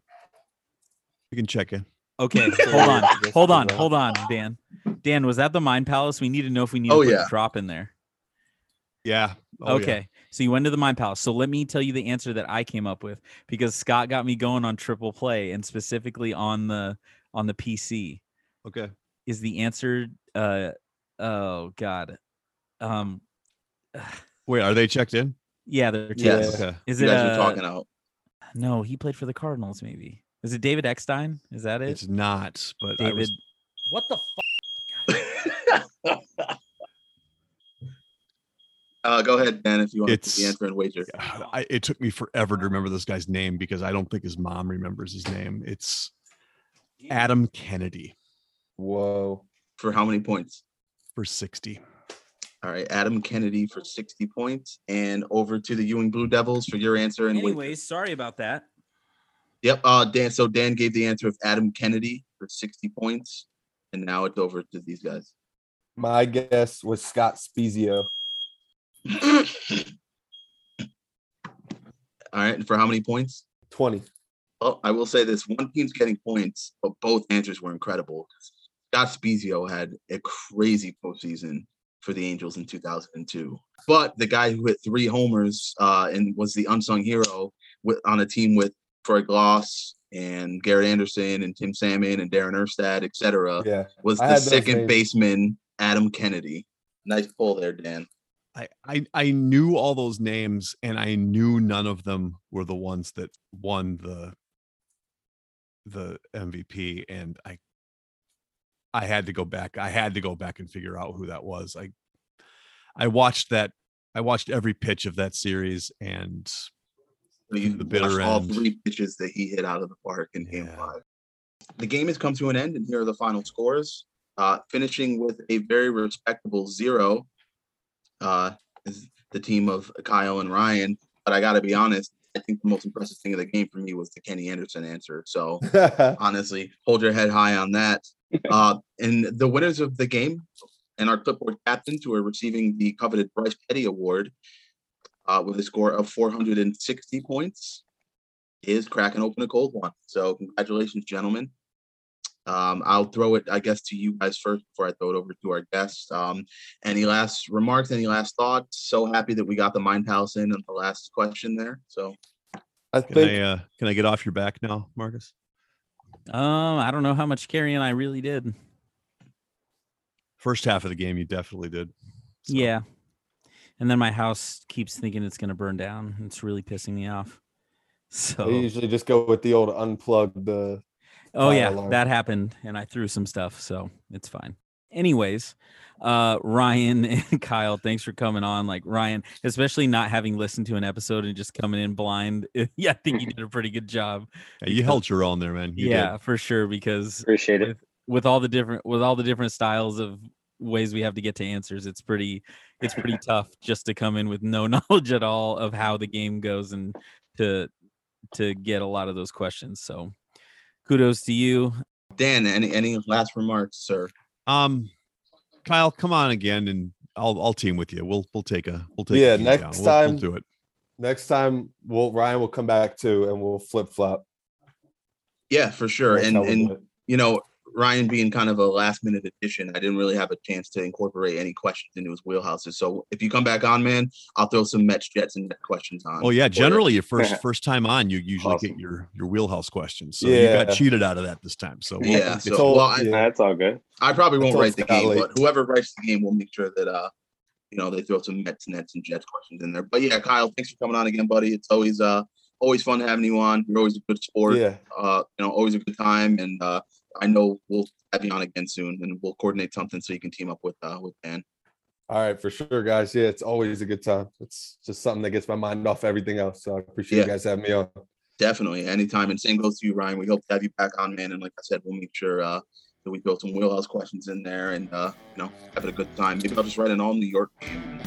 [SPEAKER 5] You can check in.
[SPEAKER 6] Okay,
[SPEAKER 3] So
[SPEAKER 6] hold on,
[SPEAKER 3] I guess
[SPEAKER 6] hold
[SPEAKER 3] it
[SPEAKER 6] on,
[SPEAKER 3] was, uh,
[SPEAKER 6] hold on, Dan. Dan, was that the mind palace? We need to know if we need
[SPEAKER 2] Oh,
[SPEAKER 6] to put
[SPEAKER 2] yeah.
[SPEAKER 6] a drop in there.
[SPEAKER 5] Yeah. Oh, yeah.
[SPEAKER 6] okay. So you went to the Mind Palace. So let me tell you the answer that I came up with because Scott got me going on triple play and specifically on the on the PC.
[SPEAKER 5] Okay.
[SPEAKER 6] Is the answer uh oh god. Um
[SPEAKER 5] Wait, are they checked in?
[SPEAKER 6] yeah, they're
[SPEAKER 2] Yes.
[SPEAKER 6] cheating.
[SPEAKER 5] Okay.
[SPEAKER 6] Is
[SPEAKER 2] You
[SPEAKER 6] it
[SPEAKER 2] guys
[SPEAKER 6] uh,
[SPEAKER 2] are talking out.
[SPEAKER 6] No, he played for the Cardinals maybe. Is it David Eckstein? Is that it?
[SPEAKER 5] It's not, but I
[SPEAKER 6] David
[SPEAKER 5] was,
[SPEAKER 6] What the fuck?
[SPEAKER 2] uh, go ahead, Dan, if you want to
[SPEAKER 5] It's-
[SPEAKER 2] the answer and wager.
[SPEAKER 5] God, I, it took me forever to remember this guy's name because I don't think his mom remembers his name. It's Adam Kennedy
[SPEAKER 3] Whoa.
[SPEAKER 2] For how many points?
[SPEAKER 5] for 60.
[SPEAKER 2] All right, Adam Kennedy for 60 points. And over to the Ewing Blue Devils for your answer and wager.
[SPEAKER 6] Anyways, sorry about that.
[SPEAKER 2] Yep. Uh, Dan. So Dan gave the answer of Adam Kennedy for 60 points, and now it's over to these guys.
[SPEAKER 3] My guess was Scott Spezio.
[SPEAKER 2] All right. And for how many points?
[SPEAKER 3] 20.
[SPEAKER 2] Well, Oh, I will say this: one team's getting points, but both answers were incredible. Scott Spezio had a crazy postseason for the Angels in 2002, but the guy who hit three homers uh, and was the unsung hero with, on a team with Troy Gloss and Garrett Anderson and Tim Salmon and Darren Erstad, et cetera,
[SPEAKER 3] Yeah.
[SPEAKER 2] was
[SPEAKER 3] I
[SPEAKER 2] the
[SPEAKER 3] had those
[SPEAKER 2] second
[SPEAKER 3] names.
[SPEAKER 2] baseman Adam Kennedy. Nice pull there, Dan.
[SPEAKER 5] I, I I knew all those names and I knew none of them were the ones that won the the MVP and I I had to go back. I had to go back and figure out who that was. I I watched that I watched every pitch of that series and
[SPEAKER 2] You
[SPEAKER 5] Mm, The
[SPEAKER 2] watched
[SPEAKER 5] bitter
[SPEAKER 2] all
[SPEAKER 5] end.
[SPEAKER 2] three pitches that he hit out of the park in game
[SPEAKER 5] Yeah.
[SPEAKER 2] five. The game has come to an end, and here are the final scores. uh, finishing with a very respectable zero. Uh, is the team of Kyle and Ryan, but I got to be honest. I think the most impressive thing of the game for me was the Kenny Anderson answer. So honestly, hold your head high on that. Uh, and the winners of the game and our clipboard captains who are receiving the coveted Bryce Petty Award uh, with a score of 460 points is cracking open a cold one. So congratulations, gentlemen. Um, I'll throw it, I guess, to you guys first before I throw it over to our guests. Um, any last remarks? Any last thoughts? So happy that we got the mind house in on the last question there. So
[SPEAKER 3] I
[SPEAKER 5] Can
[SPEAKER 3] think
[SPEAKER 5] I uh, can I get off your back now, Marcus?
[SPEAKER 6] Um, I don't know how much carrying I really did.
[SPEAKER 5] First half of the game, you definitely did. So,
[SPEAKER 6] Yeah. And then my house keeps thinking it's going to burn down. It's really pissing me off. So,
[SPEAKER 3] I usually just go with the old unplug the
[SPEAKER 6] oh
[SPEAKER 3] fire
[SPEAKER 6] yeah,
[SPEAKER 3] alarm.
[SPEAKER 6] that happened and I threw some stuff, so it's fine. Anyways, uh Ryan and Kyle, thanks for coming on. Like Ryan, especially not having listened to an episode and just coming in blind. Yeah, I think you did a pretty good job.
[SPEAKER 5] yeah, you held your own there, man. You did.
[SPEAKER 6] yeah, for sure because
[SPEAKER 4] Appreciate it.
[SPEAKER 6] with all the different with all the different styles of ways we have to get to answers it's pretty it's pretty tough just to come in with no knowledge at all of how the game goes and to to get a lot of those questions so kudos to you
[SPEAKER 2] Dan, any any last remarks, sir?
[SPEAKER 5] Um, Kyle, come on again, and I'll I'll team with you. We'll we'll take a we'll take a
[SPEAKER 3] Yeah,
[SPEAKER 5] team
[SPEAKER 3] next
[SPEAKER 5] down. We'll-
[SPEAKER 3] time-
[SPEAKER 5] we'll do it.
[SPEAKER 3] next time we'll Ryan will come back too and we'll flip flop.
[SPEAKER 2] Yeah, for sure. And and you know, Ryan being kind of a last minute addition, I didn't really have a chance to incorporate any questions into his wheelhouses. So if you come back on, man, I'll throw some Mets, Jets, and Nets questions on.
[SPEAKER 5] Oh yeah, generally your first
[SPEAKER 4] Yeah.
[SPEAKER 5] first time on, you usually
[SPEAKER 4] Awesome.
[SPEAKER 5] get your your wheelhouse questions. So you
[SPEAKER 3] Yeah.
[SPEAKER 5] got cheated out of that this time. So we'll-
[SPEAKER 2] Yeah,
[SPEAKER 5] it's
[SPEAKER 2] so- well, I-
[SPEAKER 3] yeah.
[SPEAKER 4] That's all good.
[SPEAKER 2] I probably won't
[SPEAKER 3] That's all
[SPEAKER 2] write the game,
[SPEAKER 3] Scott Lee.
[SPEAKER 2] but whoever writes the game will make sure that uh, you know, they throw some Mets, Nets, and Jets questions in there. But yeah, Kyle, thanks for coming on again, buddy. It's always uh always fun having you on. You're always a good sport.
[SPEAKER 3] yeah.
[SPEAKER 2] Uh, you know, always a good time. And uh, I know we'll have you on again soon, and we'll coordinate something so you can team up with uh with Dan.
[SPEAKER 3] All right, for sure, guys. Yeah, it's always a good time. It's just something that gets my mind off everything else. So I appreciate
[SPEAKER 2] Yeah.
[SPEAKER 3] you guys having me on.
[SPEAKER 2] Definitely, anytime. And same goes to you, Ryan. We hope to have you back on, man. And like I said, we'll make sure uh, that we throw some wheelhouse questions in there, and uh, you know, having a good time. Maybe I'll just write an all New York game.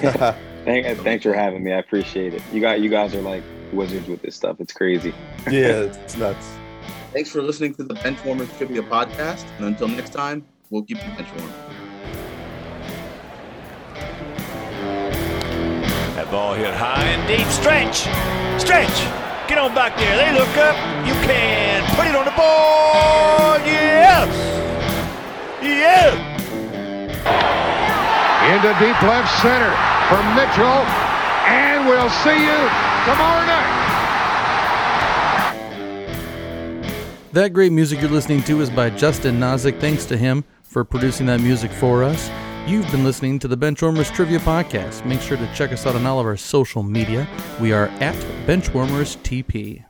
[SPEAKER 4] Thank, thanks for having me. I appreciate it. You got you guys are like wizards with this stuff. It's crazy.
[SPEAKER 3] yeah, it's nuts.
[SPEAKER 2] Thanks for listening to the Benchwarmers Trivia Podcast, and until next time, we'll keep you bench warm.
[SPEAKER 8] That ball hit high and deep. Stretch. Stretch. Get on back there. They look up. You can put it on the board. Yes. Yes.
[SPEAKER 9] into deep left center for Mitchell, and we'll see you tomorrow night.
[SPEAKER 1] That great music you're listening to is by Justin Nozick. Thanks to him for producing that music for us. You've been listening to the Benchwarmers Trivia Podcast. Make sure to check us out on all of our social media. We are at Benchwarmers TP.